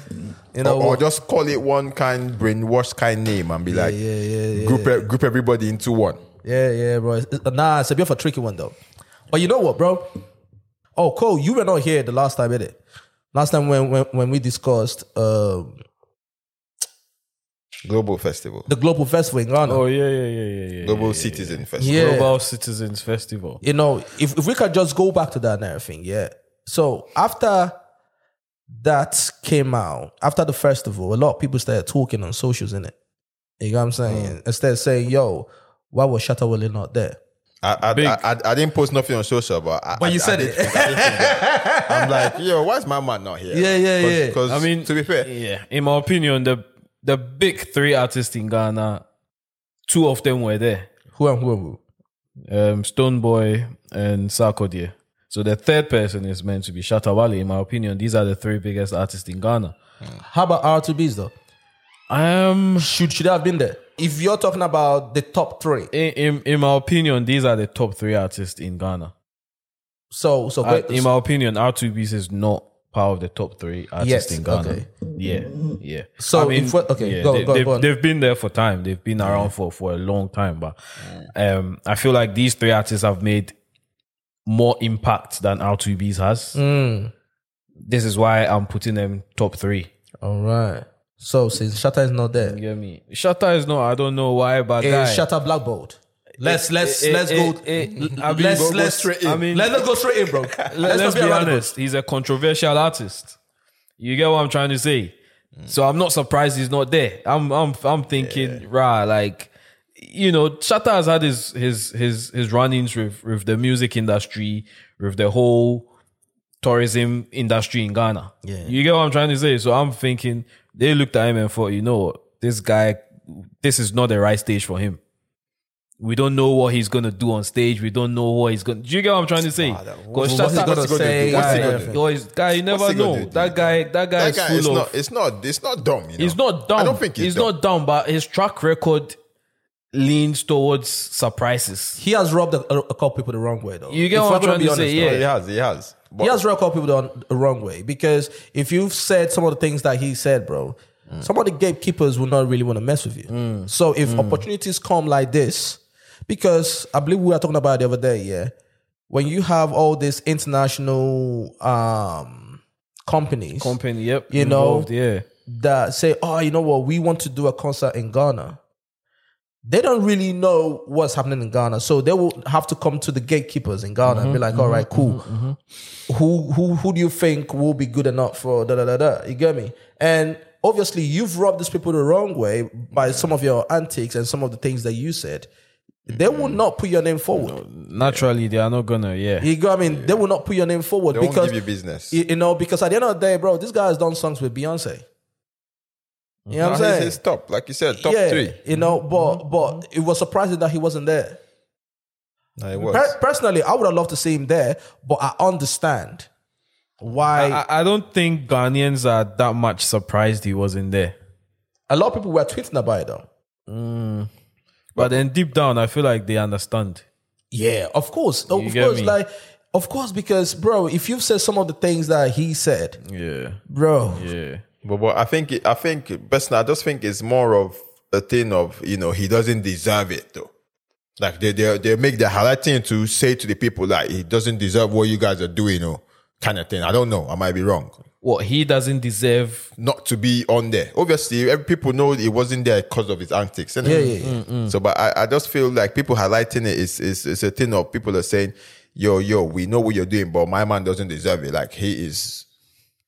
[SPEAKER 1] You know
[SPEAKER 2] or, or
[SPEAKER 1] what?
[SPEAKER 2] just call it one kind brainwash kind name and be like,
[SPEAKER 1] yeah, yeah, yeah.
[SPEAKER 2] group e, group everybody into one.
[SPEAKER 1] Yeah, yeah, bro. It's- it's- Nah, it's a bit of a tricky one though. But you know what, bro? Oh, Cole, you were not here the last time, innit? Last time when when, when we discussed um,
[SPEAKER 2] Global festival,
[SPEAKER 1] the global festival in Ghana.
[SPEAKER 3] Oh yeah, yeah, yeah, yeah, yeah.
[SPEAKER 2] global citizen festival.
[SPEAKER 1] yeah.
[SPEAKER 3] Global Citizens Festival.
[SPEAKER 1] you know, if, if we could just go back to that and everything, yeah. So after that came out, after the festival, a lot of people started talking on socials in it. You know what I'm saying? Instead of saying, yo, why was Shatta Willie not there?
[SPEAKER 2] I, I,
[SPEAKER 3] Big.
[SPEAKER 2] I, I, I didn't post nothing on social, but I,
[SPEAKER 1] But
[SPEAKER 2] I-
[SPEAKER 1] you said
[SPEAKER 2] I
[SPEAKER 1] it.
[SPEAKER 2] did think- I did think that. I'm like, yo, why is my man not here?
[SPEAKER 1] Yeah, yeah, yeah.
[SPEAKER 2] Because
[SPEAKER 3] I mean,
[SPEAKER 2] to be fair,
[SPEAKER 3] yeah. In my opinion, the the big three artists in Ghana, two of them were there,
[SPEAKER 1] Who and who and who?
[SPEAKER 3] um, Stone Boy and Sarkodie. So the third person is meant to be Shatawale. In my opinion, these are the three biggest artists in Ghana.
[SPEAKER 1] How about R2Bs though?
[SPEAKER 3] Um,
[SPEAKER 1] Should should they have been there? If you're talking about the top three,
[SPEAKER 3] in, in in my opinion, these are the top three artists in Ghana.
[SPEAKER 1] so so
[SPEAKER 3] Uh,
[SPEAKER 1] great.
[SPEAKER 3] in my opinion, R2Bs is not part of the top three artists
[SPEAKER 1] Yes,
[SPEAKER 3] in Ghana.
[SPEAKER 1] okay.
[SPEAKER 3] Yeah, yeah.
[SPEAKER 1] So if what- okay, go-
[SPEAKER 3] they,
[SPEAKER 1] go-
[SPEAKER 3] have
[SPEAKER 1] go on.
[SPEAKER 3] they've been there for time. They've been around for, for a long time, but um, I feel like these three artists have made more impact than R2Bs has. Hmm. This is why I'm putting them top three.
[SPEAKER 1] All right. So since Shatta is not there,
[SPEAKER 3] You get me? Shatta is not. I don't know why, but
[SPEAKER 1] is
[SPEAKER 3] guy-
[SPEAKER 1] Shatta blackballed? Let's
[SPEAKER 3] Eh,
[SPEAKER 1] let's
[SPEAKER 3] eh,
[SPEAKER 1] let's
[SPEAKER 3] eh,
[SPEAKER 1] go.
[SPEAKER 3] eh, I mean,
[SPEAKER 1] let's
[SPEAKER 3] go- go
[SPEAKER 1] let's
[SPEAKER 3] straight in. I mean-
[SPEAKER 1] let's not go straight in, bro.
[SPEAKER 3] Let,
[SPEAKER 1] not
[SPEAKER 3] us be,
[SPEAKER 1] around the bush.
[SPEAKER 3] honest. He's a controversial artist. You get what I'm trying to say. So I'm not surprised he's not there. I'm I'm I'm thinking, rah, like you know, Shatta has had his his his his run-ins with with the music industry, with the whole tourism industry in Ghana. Yeah. You get what I'm trying to say? So I'm thinking they looked at him and thought, you know what, this guy this is not the right stage for him. We don't know what he's gonna do on stage. We don't know what he's gonna. Do you get what I'm trying to say? Because
[SPEAKER 1] what's he gonna say?
[SPEAKER 2] What's
[SPEAKER 1] Guy,
[SPEAKER 2] he gonna do?
[SPEAKER 3] Yo, he's- guy, you never
[SPEAKER 2] What's he gonna
[SPEAKER 3] know.
[SPEAKER 2] do?
[SPEAKER 3] That guy, that guy
[SPEAKER 2] That
[SPEAKER 3] is
[SPEAKER 2] guy
[SPEAKER 3] full
[SPEAKER 2] is
[SPEAKER 3] of.
[SPEAKER 2] not, it's not, it's not dumb. You know?
[SPEAKER 3] he's not dumb.
[SPEAKER 2] I don't think he's, dumb.
[SPEAKER 3] not dumb, but his track record leans towards surprises.
[SPEAKER 1] He has rubbed a, a couple people the wrong way, though.
[SPEAKER 3] You get
[SPEAKER 1] If
[SPEAKER 3] what
[SPEAKER 1] we're
[SPEAKER 3] I'm
[SPEAKER 1] gonna
[SPEAKER 3] trying
[SPEAKER 1] be
[SPEAKER 3] to
[SPEAKER 1] honest,
[SPEAKER 3] say?
[SPEAKER 1] though.
[SPEAKER 3] Yeah.
[SPEAKER 2] He has, he has. But
[SPEAKER 1] He has rubbed a couple people the, the wrong way because if you've said some of the things that he said, bro,
[SPEAKER 3] Mm.
[SPEAKER 1] some of the gatekeepers will not really want to mess with you. So if opportunities come like this, because I believe we were talking about it the other day, yeah, when you have all these international um, companies,
[SPEAKER 3] Company, yep.
[SPEAKER 1] You know,
[SPEAKER 3] involved, yeah.
[SPEAKER 1] that say, oh, you know what, we want to do a concert in Ghana. They don't really know what's happening in Ghana, so they will have to come to the gatekeepers in Ghana
[SPEAKER 2] Mm-hmm,
[SPEAKER 1] and be like, "All right, cool. Who who who do you think will be good enough for da da da da?" You get me? And obviously, you've rubbed these people the wrong way by some of your antics and some of the things that you said. They will
[SPEAKER 2] Mm-hmm.
[SPEAKER 1] not put your name forward.
[SPEAKER 3] Naturally, they are not gonna. Yeah.
[SPEAKER 1] You go, I mean, they will not put your name forward
[SPEAKER 2] they won't
[SPEAKER 1] because
[SPEAKER 2] give you business.
[SPEAKER 1] you, you know because at the end of the day, bro, this guy has done songs with Beyonce. You know
[SPEAKER 2] No,
[SPEAKER 1] what I'm
[SPEAKER 2] he's-
[SPEAKER 1] saying?
[SPEAKER 2] he's top, like you said, top
[SPEAKER 1] yeah,
[SPEAKER 2] three.
[SPEAKER 1] You know, but but it was surprising that he wasn't there.
[SPEAKER 2] No, it was.
[SPEAKER 1] Per- personally, I would have loved to see him there, but I understand why
[SPEAKER 3] I, I don't think Ghanaians are that much surprised he wasn't there.
[SPEAKER 1] a lot of people were tweeting about it though.
[SPEAKER 3] But then deep down, I feel like they understand.
[SPEAKER 1] Yeah, of course. of
[SPEAKER 3] get
[SPEAKER 1] course,
[SPEAKER 3] me?
[SPEAKER 1] like of course, because bro, if you've said some of the things that he said,
[SPEAKER 3] Yeah.
[SPEAKER 1] bro,
[SPEAKER 3] Yeah.
[SPEAKER 2] But, but I think it, I think personally, I just think it's more of a thing of you know he doesn't deserve it though. Like they they they make the halal thing to say to the people like he doesn't deserve what you guys are doing or kind of thing. I don't know. I might be wrong.
[SPEAKER 3] What he doesn't deserve.
[SPEAKER 2] Not to be on there. Obviously, every people know it wasn't there because of his antics. innit?
[SPEAKER 1] Yeah, yeah,
[SPEAKER 2] mm.
[SPEAKER 1] Mm.
[SPEAKER 2] So, but I, I just feel like people highlighting it is is is a thing of people are saying, "Yo, yo, we know what you're doing, but my man doesn't deserve it. Like he is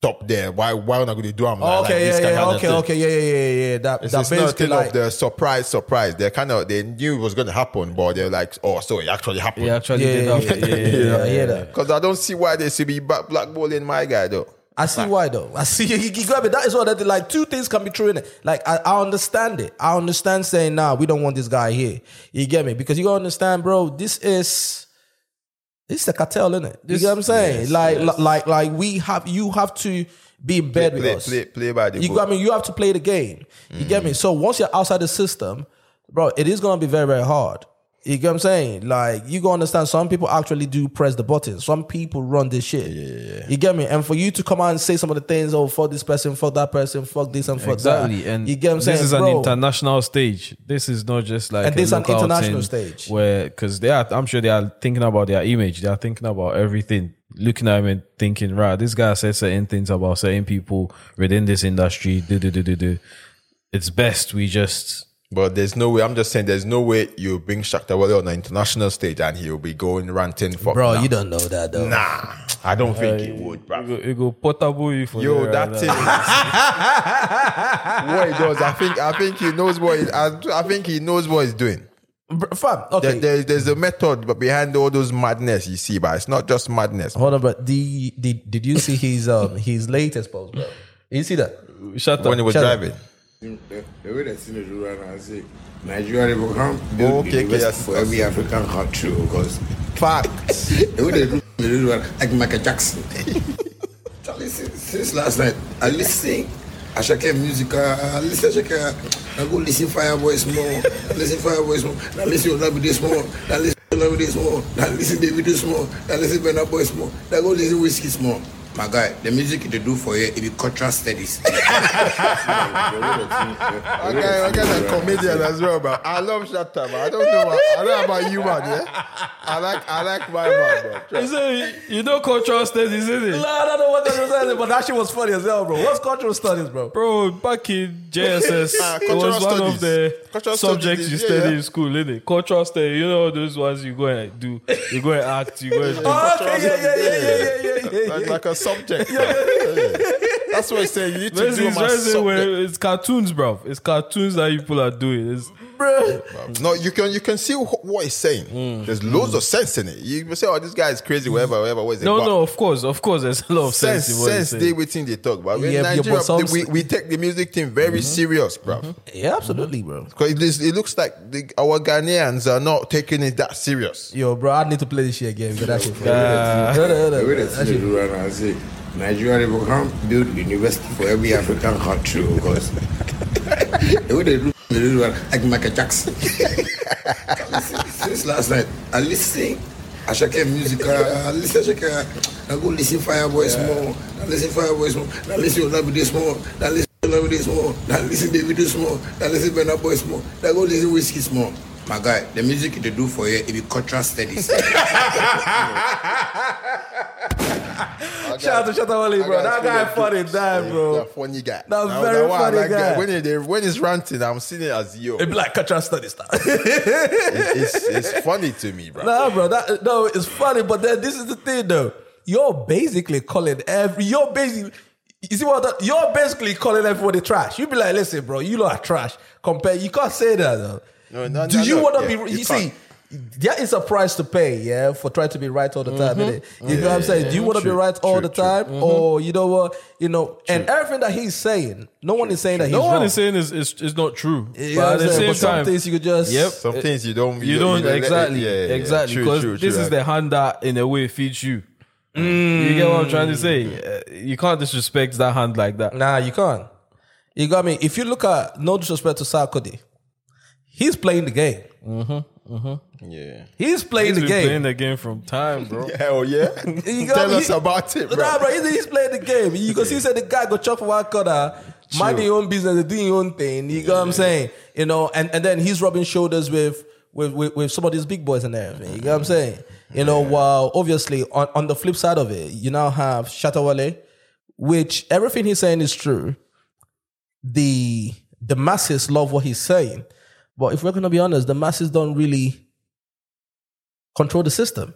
[SPEAKER 2] top there. Why why not going to do him?
[SPEAKER 1] Oh,
[SPEAKER 2] like,
[SPEAKER 1] okay,
[SPEAKER 2] this
[SPEAKER 1] yeah,
[SPEAKER 2] kind
[SPEAKER 1] yeah,
[SPEAKER 2] of
[SPEAKER 1] okay,
[SPEAKER 2] thing.
[SPEAKER 1] okay, yeah, yeah, yeah, yeah. That,
[SPEAKER 2] It's,
[SPEAKER 1] that
[SPEAKER 2] it's not a
[SPEAKER 1] basically
[SPEAKER 2] thing
[SPEAKER 1] like,
[SPEAKER 2] of the surprise, surprise. They kind of they knew it was going to happen, but they're like, oh, so it actually happened.
[SPEAKER 3] He actually
[SPEAKER 1] yeah,
[SPEAKER 3] did
[SPEAKER 1] yeah, yeah,
[SPEAKER 3] that.
[SPEAKER 1] yeah, yeah, yeah, I hear that.
[SPEAKER 2] Because I don't see why they should be black- blackballing my guy though.
[SPEAKER 1] I see why though. I see you, you grab it. That is what that like. Two things can be true in it. Like I, I understand it. I understand saying, nah, we don't want this guy here. You get me? Because you gotta understand, bro. This is this is a cartel, innit? You get what I'm saying? like, li- like, like we have. You have to be in bed with
[SPEAKER 2] Play,
[SPEAKER 1] us.
[SPEAKER 2] play, play by the
[SPEAKER 1] You
[SPEAKER 2] book.
[SPEAKER 1] got me. You have to play the game. You get me. So once you're outside the system, bro, it is gonna be very very hard. You get what I'm saying? Like you gotta understand. Some people actually do press the button. Some people run this shit. You get me? And for you to come out and say some of the things, oh fuck this person, fuck that person, fuck this and fuck
[SPEAKER 3] Exactly,
[SPEAKER 1] that.
[SPEAKER 3] and
[SPEAKER 1] you get what I'm
[SPEAKER 3] this
[SPEAKER 1] saying,
[SPEAKER 3] is an
[SPEAKER 1] bro?
[SPEAKER 3] international stage. This is not just like
[SPEAKER 1] And
[SPEAKER 3] a
[SPEAKER 1] this is an
[SPEAKER 3] local
[SPEAKER 1] international
[SPEAKER 3] thing
[SPEAKER 1] stage.
[SPEAKER 3] where because they are, I'm sure they are thinking about their image. They are thinking about everything, looking at him and thinking, right, this guy said certain things about certain people within this industry. Do do do do do. It's best we just
[SPEAKER 2] But there's no way. I'm just saying, there's no way you bring Shaktawale on the international stage and he'll be going ranting for.
[SPEAKER 1] bro,
[SPEAKER 2] nah,
[SPEAKER 1] you don't know that though.
[SPEAKER 2] nah. I don't think he would, bro.
[SPEAKER 3] Uh, you go portable you for
[SPEAKER 2] Yo,
[SPEAKER 3] there, uh,
[SPEAKER 2] that thing. is-
[SPEAKER 3] right
[SPEAKER 2] what he does, I think. I think he knows what. He, I, I think he knows what he's doing.
[SPEAKER 1] Br- fam,
[SPEAKER 2] There,
[SPEAKER 1] okay.
[SPEAKER 2] there- there's a method but behind all those madness you see, but it's not just madness.
[SPEAKER 1] Hold on, but the, the did you see his um his latest post, bro? Did you see that?
[SPEAKER 3] now. Shut
[SPEAKER 2] When
[SPEAKER 3] up.
[SPEAKER 2] he was
[SPEAKER 1] Shut up.
[SPEAKER 2] driving,
[SPEAKER 6] The, the way that Sinu do right now, I say Nigeria they become
[SPEAKER 2] Oh,
[SPEAKER 6] build
[SPEAKER 2] okay, okay,
[SPEAKER 6] university
[SPEAKER 2] yes,
[SPEAKER 6] for
[SPEAKER 2] yes.
[SPEAKER 6] every African country because
[SPEAKER 2] facts.
[SPEAKER 6] the way they do they do right like Michael Jackson. Charlie, since, since last night I listen Ashake music, uh, I listen Ashake, I go listen Fireboys more, I listen Fireboys more, I listen Olabide more, I listen Olabide more, I listen David more, I listen Burna Boys more, I go listen Whiskey more. My guy, the music they do for here, it be cultural studies.
[SPEAKER 2] Okay, okay, a comedian as well, but I love Shatta, but I don't know. I don't know about you, man. Yeah, I like, I like my man, bro.
[SPEAKER 3] You say, you know cultural studies, isn't it?
[SPEAKER 1] I don't know what that was, but that shit was funny as hell, bro. What's cultural studies, bro?
[SPEAKER 3] Bro, back in JSS,
[SPEAKER 2] Ah,
[SPEAKER 3] it was
[SPEAKER 2] cultural
[SPEAKER 3] one of
[SPEAKER 2] studies.
[SPEAKER 3] the
[SPEAKER 2] Cultural
[SPEAKER 3] subjects
[SPEAKER 2] studies,
[SPEAKER 3] you
[SPEAKER 2] yeah,
[SPEAKER 3] study
[SPEAKER 2] yeah.
[SPEAKER 3] in school, isn't it? Cultural studies, you know those ones you go and do, you go and act, you go and do.
[SPEAKER 1] Oh, okay, yeah, yeah, yeah, yeah, yeah, yeah, yeah, yeah.
[SPEAKER 2] Like, like a subject. Yeah. That's what I say. You need to
[SPEAKER 3] Where's
[SPEAKER 2] do
[SPEAKER 3] this-
[SPEAKER 2] my
[SPEAKER 3] where's it
[SPEAKER 2] subject.
[SPEAKER 3] where it's cartoons, bro. It's cartoons that you people are doing. It's,
[SPEAKER 2] No, you can you can see wh- what he's saying.
[SPEAKER 1] Mm.
[SPEAKER 2] There's loads of sense in it. You will say, "Oh, this guy is crazy." Whatever, whatever. What is it?
[SPEAKER 3] no,
[SPEAKER 2] But
[SPEAKER 3] no, of course, of course, there's a lot of sense.
[SPEAKER 2] Sense,
[SPEAKER 3] in what you're
[SPEAKER 2] sense.
[SPEAKER 3] saying.
[SPEAKER 2] They within they talk, but in
[SPEAKER 1] Yeah, yeah, but
[SPEAKER 2] Nigeria,
[SPEAKER 1] some- Mm-hmm.
[SPEAKER 2] we, we take the music thing very serious, bro.
[SPEAKER 1] Yeah, absolutely, bro.
[SPEAKER 2] Because it, is- it looks like the, our Ghanaians are not taking it that serious.
[SPEAKER 1] Yo, bro, I need to play this shit again. But that shit funny. Hold on, hold on,
[SPEAKER 6] The way
[SPEAKER 1] bro.
[SPEAKER 6] that
[SPEAKER 1] That
[SPEAKER 6] Sinu
[SPEAKER 1] shit-
[SPEAKER 6] do right now, I say Nigeria they become build university for every African country because the way they do they do right like Michael Jackson. Since last night, I listen Ashake music, I listen Ashake, I go listen Fireboys more, I listen Fireboys more, I listen Olabide more, I listen Olabide more, I listen David more, I listen Burna Boys more, I go listen Whiskey more. My guy, the music they do for here, it be cultural studies.
[SPEAKER 1] Shout out to Shatawale, bro. That guy funny, die,
[SPEAKER 2] That
[SPEAKER 1] bro.
[SPEAKER 2] funny guy.
[SPEAKER 1] That very
[SPEAKER 2] why I
[SPEAKER 1] funny
[SPEAKER 2] like that.
[SPEAKER 1] guy.
[SPEAKER 2] When, he, when he's ranting, I'm seeing it as yo.
[SPEAKER 1] It'd be like cultural studies, now.
[SPEAKER 2] it's, it's funny to me, bro.
[SPEAKER 1] nah, bro. That no, it's funny, but then this is the thing, though. You're basically calling every. You're basically. You see what? that- You're basically calling everybody trash. You be like, listen, bro, you lot are trash. Compare. You can't say that though.
[SPEAKER 2] No, no,
[SPEAKER 1] Do
[SPEAKER 2] no,
[SPEAKER 1] you
[SPEAKER 2] no.
[SPEAKER 1] want to
[SPEAKER 2] Yeah,
[SPEAKER 1] be?
[SPEAKER 2] you
[SPEAKER 1] You see.
[SPEAKER 2] can't.
[SPEAKER 1] There is a price to pay, yeah, for trying to be right all the time.
[SPEAKER 3] Mm-hmm.
[SPEAKER 1] innit? You know what I'm saying? Do you want to be right all the time, or you know what? You know, and everything that he's saying, no one is saying that he's
[SPEAKER 3] no one
[SPEAKER 1] wrong.
[SPEAKER 3] is saying is is is not true.
[SPEAKER 1] You know what I'm
[SPEAKER 3] but at the
[SPEAKER 1] saying?
[SPEAKER 3] same
[SPEAKER 1] But some
[SPEAKER 3] time,
[SPEAKER 1] things you could just
[SPEAKER 3] Yep.
[SPEAKER 2] Some things you don't.
[SPEAKER 3] you don't
[SPEAKER 2] let it-
[SPEAKER 3] exactly
[SPEAKER 2] yeah, yeah, yeah.
[SPEAKER 3] exactly
[SPEAKER 2] True,
[SPEAKER 3] because
[SPEAKER 2] true,
[SPEAKER 3] this
[SPEAKER 2] true.
[SPEAKER 3] is the hand that in a way feeds you you get what i'm trying to say
[SPEAKER 2] Mm.
[SPEAKER 3] Uh, you can't disrespect that hand like that
[SPEAKER 1] Nah, you can't. You got me. If you look at no disrespect to Sarkodie, he's playing the game.
[SPEAKER 2] Yeah.
[SPEAKER 1] He's playing
[SPEAKER 3] He's
[SPEAKER 1] the
[SPEAKER 3] been
[SPEAKER 1] game.
[SPEAKER 3] playing the game from time bro
[SPEAKER 2] Hell yeah.
[SPEAKER 1] You got
[SPEAKER 2] Tell
[SPEAKER 1] me?
[SPEAKER 2] us about it, bro.
[SPEAKER 1] Nah, bro, he's, he's playing the game. You can see, said the guy go chop for one corner, mind your own business, do your own thing. You got what I'm saying? you know, and, and then he's rubbing shoulders with with, with with some of these big boys and everything. You know what I'm saying? You know, while obviously on, on the flip side of it, you now have Shatawale, which everything he's saying is true. The the masses love what he's saying. But if we're gonna be honest, the masses don't really control the system.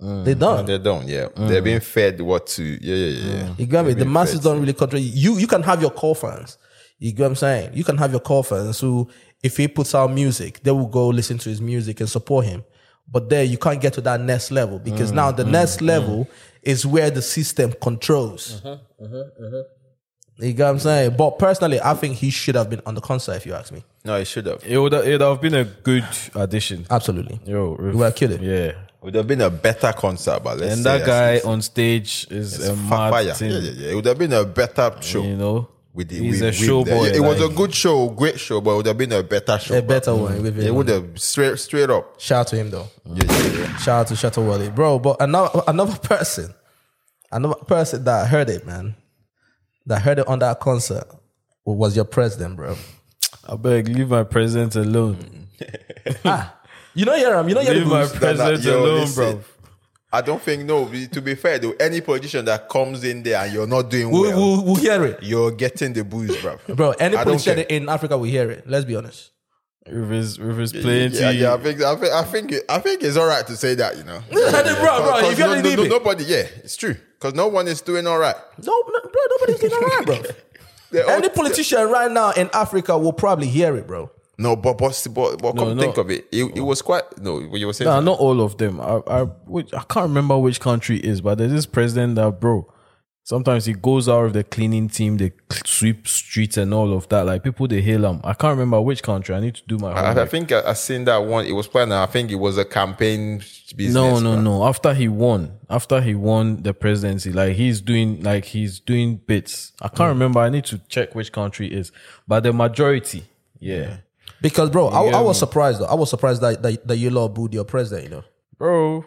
[SPEAKER 1] they don't.
[SPEAKER 2] Mm, They don't, yeah.
[SPEAKER 3] Mm.
[SPEAKER 2] They're being fed what to. Yeah, yeah, yeah. yeah.
[SPEAKER 1] You get me? The
[SPEAKER 2] Maybe
[SPEAKER 1] masses
[SPEAKER 2] feds,
[SPEAKER 1] don't really control you. You can have your core fans. You get what I'm saying? You can have your core fans who, if he puts out music, they will go listen to his music and support him. But there, you can't get to that next level
[SPEAKER 2] Mm,
[SPEAKER 1] because now the next level is where the system controls.
[SPEAKER 2] Uh-huh,
[SPEAKER 1] You get what I'm saying? But personally, I think he should have been on the concert if you ask me.
[SPEAKER 2] No, it should have. It
[SPEAKER 3] It would it would have been a good addition.
[SPEAKER 1] Absolutely.
[SPEAKER 3] Yo, Riff.
[SPEAKER 1] would have killed it.
[SPEAKER 3] Yeah,
[SPEAKER 2] would have been a better concert, but let's
[SPEAKER 3] and
[SPEAKER 2] say
[SPEAKER 3] that
[SPEAKER 2] that's-
[SPEAKER 3] guy on stage is a
[SPEAKER 2] Fa-
[SPEAKER 3] mad
[SPEAKER 2] fire.
[SPEAKER 3] thing,
[SPEAKER 2] Yeah, yeah, yeah. It would have been a better show.
[SPEAKER 3] You know,
[SPEAKER 2] with the,
[SPEAKER 3] he's
[SPEAKER 2] with,
[SPEAKER 3] a show
[SPEAKER 2] with the-
[SPEAKER 3] boy.
[SPEAKER 2] yeah, it was a
[SPEAKER 3] like-
[SPEAKER 2] good show, great show, but it would have been a better show.
[SPEAKER 1] A
[SPEAKER 2] but
[SPEAKER 1] better one. With
[SPEAKER 2] It
[SPEAKER 1] him.
[SPEAKER 2] would have straight straight up.
[SPEAKER 1] Shout out to him though.
[SPEAKER 3] Mm.
[SPEAKER 2] Yeah, yeah, yeah.
[SPEAKER 1] Shout out to Shuttle Wally, bro. But another another person, another person that heard it, man, that heard it on that concert was your president, bro.
[SPEAKER 3] I beg leave my presence
[SPEAKER 2] Mm.
[SPEAKER 3] alone.
[SPEAKER 1] You know Yeram, you know
[SPEAKER 3] Leave my
[SPEAKER 1] Yeram.
[SPEAKER 3] presence
[SPEAKER 2] yo,
[SPEAKER 3] alone,
[SPEAKER 2] listen.
[SPEAKER 3] bro.
[SPEAKER 2] I don't think no. be- To be fair, though, any politician that comes in there and you're not doing
[SPEAKER 1] We,
[SPEAKER 2] well,
[SPEAKER 1] we, we'll hear it,
[SPEAKER 2] you're getting the booze, bro.
[SPEAKER 1] bro. Any
[SPEAKER 2] I don't
[SPEAKER 1] politician
[SPEAKER 2] care.
[SPEAKER 1] in Africa will hear it. Let's be honest.
[SPEAKER 3] Rivers, Rivers playing
[SPEAKER 2] Yeah,
[SPEAKER 3] to you.
[SPEAKER 2] yeah. I think, I think, I think, it- I think it's all right to say that, you know.
[SPEAKER 1] bro, bro,
[SPEAKER 2] Because
[SPEAKER 1] if you
[SPEAKER 2] no,
[SPEAKER 1] don't
[SPEAKER 2] no,
[SPEAKER 1] leave
[SPEAKER 2] no-
[SPEAKER 1] it,
[SPEAKER 2] nobody, yeah, it's true. Because no one is doing all right.
[SPEAKER 1] no, no, bro, nobody's getting around, bro.
[SPEAKER 2] They're all-
[SPEAKER 1] Any politician right now in Africa will probably hear it, bro.
[SPEAKER 2] No, but but but, but come
[SPEAKER 3] no.
[SPEAKER 2] think of it. it, it was quite no. You were saying
[SPEAKER 3] Nah, not all of them. I I, which, I can't remember which country it is, but there's this president that bro. Sometimes he goes out with the cleaning team, they cl- sweep streets and all of that. Like people, they hail him. I can't remember which country. I need to do my
[SPEAKER 2] I, I
[SPEAKER 3] homework.
[SPEAKER 2] think I, I seen that one. It was planned. I think it was a campaign business.
[SPEAKER 3] No, no,
[SPEAKER 2] bruh.
[SPEAKER 3] no. After he won, after he won the presidency, like he's doing, like he's doing bits. I can't
[SPEAKER 2] Hmm.
[SPEAKER 3] remember. I need to check which country it is, but the majority, yeah,
[SPEAKER 1] Because, bro, I, I
[SPEAKER 3] get
[SPEAKER 1] was
[SPEAKER 3] me?
[SPEAKER 1] surprised though. I was surprised that that, that you lot booed your president. You know,
[SPEAKER 3] bro.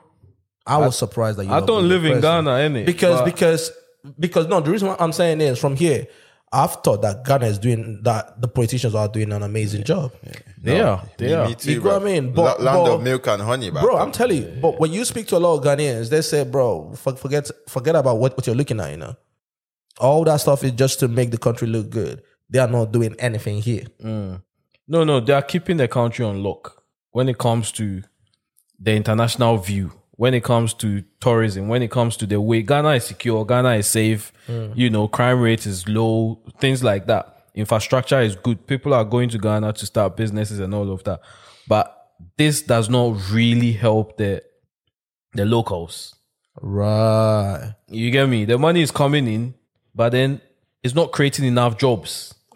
[SPEAKER 1] I was surprised that you.
[SPEAKER 3] I
[SPEAKER 1] lot
[SPEAKER 3] don't
[SPEAKER 1] booed your
[SPEAKER 3] live in
[SPEAKER 1] president.
[SPEAKER 3] Ghana, innit?
[SPEAKER 1] because
[SPEAKER 3] But-
[SPEAKER 1] because because no the reason why i'm saying this from here i've thought that ghana is doing that the politicians are doing an amazing job
[SPEAKER 3] they are, they
[SPEAKER 2] Me
[SPEAKER 3] are.
[SPEAKER 2] too,
[SPEAKER 1] You get what
[SPEAKER 2] bruh.
[SPEAKER 1] I mean?
[SPEAKER 2] La-
[SPEAKER 1] But-
[SPEAKER 2] land
[SPEAKER 1] but-
[SPEAKER 2] of milk and honey, bruh.
[SPEAKER 1] bro i'm telling you but when you speak to a lot of ghanaians they say bro for- forget forget about what, what you're looking at you know all that stuff is just to make the country look good they are not doing anything here
[SPEAKER 3] No, no, they are keeping the country on lock when it comes to the international view, when it comes to tourism, when it comes to the way Ghana is secure, Ghana is safe, you know, crime rate is low, things like that. Infrastructure is good. People are going to Ghana to start businesses and all of that. But this does not really help the the locals.
[SPEAKER 1] right
[SPEAKER 3] You get me? The money is coming in, but then it's not creating enough jobs.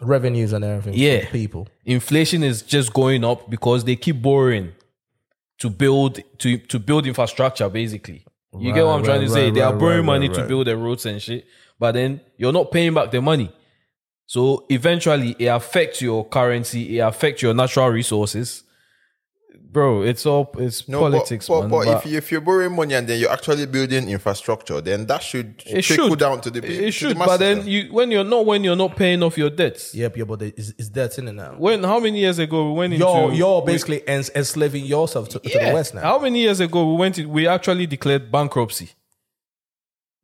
[SPEAKER 1] revenues and everything for
[SPEAKER 3] Yeah.
[SPEAKER 1] people
[SPEAKER 3] inflation is just going up because they keep borrowing to build to to build infrastructure basically you get what i'm
[SPEAKER 1] Right,
[SPEAKER 3] trying to
[SPEAKER 1] right,
[SPEAKER 3] say
[SPEAKER 1] right,
[SPEAKER 3] they are
[SPEAKER 1] right,
[SPEAKER 3] borrowing
[SPEAKER 1] right,
[SPEAKER 3] money
[SPEAKER 1] right,
[SPEAKER 3] to
[SPEAKER 1] right.
[SPEAKER 3] build the roads and shit but then you're not paying back the money so eventually it affects your currency it affects your natural resources bro it's all it's
[SPEAKER 2] No, but-
[SPEAKER 3] politics
[SPEAKER 2] but,
[SPEAKER 3] man,
[SPEAKER 2] but,
[SPEAKER 3] but
[SPEAKER 2] if you if you're borrowing money and then you're actually building infrastructure, then that should
[SPEAKER 3] it
[SPEAKER 2] trickle
[SPEAKER 3] should
[SPEAKER 2] down to the people.
[SPEAKER 3] it should but then you when you're not when you're not paying off your debts
[SPEAKER 1] yep yeah but it's, it's debt in it now
[SPEAKER 3] when how many years ago we went
[SPEAKER 1] you're
[SPEAKER 3] into
[SPEAKER 1] you're basically ens- enslaving yourself to, to the west now
[SPEAKER 3] How many years ago we went? To, we actually declared bankruptcy.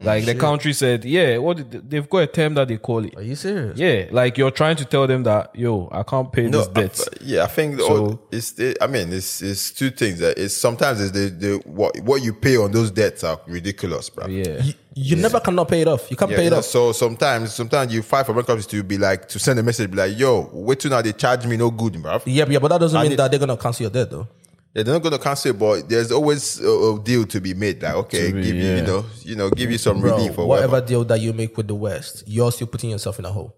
[SPEAKER 1] Oh,
[SPEAKER 3] Like the country said, yeah. What did they- they've got a term that they call it.
[SPEAKER 1] are you serious
[SPEAKER 3] Yeah, like you're trying to tell them that yo, I can't pay
[SPEAKER 2] No,
[SPEAKER 3] this
[SPEAKER 2] I-
[SPEAKER 3] debt.
[SPEAKER 2] yeah, I think the-
[SPEAKER 3] So-
[SPEAKER 2] it's. It, I mean, it's it's two things. That it's sometimes it's the, the what what you pay on those debts are ridiculous, bro.
[SPEAKER 3] Yeah,
[SPEAKER 1] you, you never cannot pay it off you can't
[SPEAKER 2] Yeah,
[SPEAKER 1] pay it
[SPEAKER 2] yeah.
[SPEAKER 1] off
[SPEAKER 2] So sometimes, sometimes you fight for bankruptcy to be like to send a message, be like, "Yo, wait till now they charge me no good, bruv.
[SPEAKER 1] Yeah, yeah, but that doesn't
[SPEAKER 2] I
[SPEAKER 1] mean
[SPEAKER 2] need-
[SPEAKER 1] that they're gonna cancel your debt though.
[SPEAKER 2] Yeah, they're not going to cancel, it, but there's always a, a deal to be made. Like, okay,
[SPEAKER 3] be,
[SPEAKER 2] give you,
[SPEAKER 3] yeah.
[SPEAKER 2] you know, you know, give you some
[SPEAKER 1] Bro,
[SPEAKER 2] relief
[SPEAKER 1] whatever,
[SPEAKER 2] or whatever.
[SPEAKER 1] deal that you make with the West, you're still putting yourself in a hole.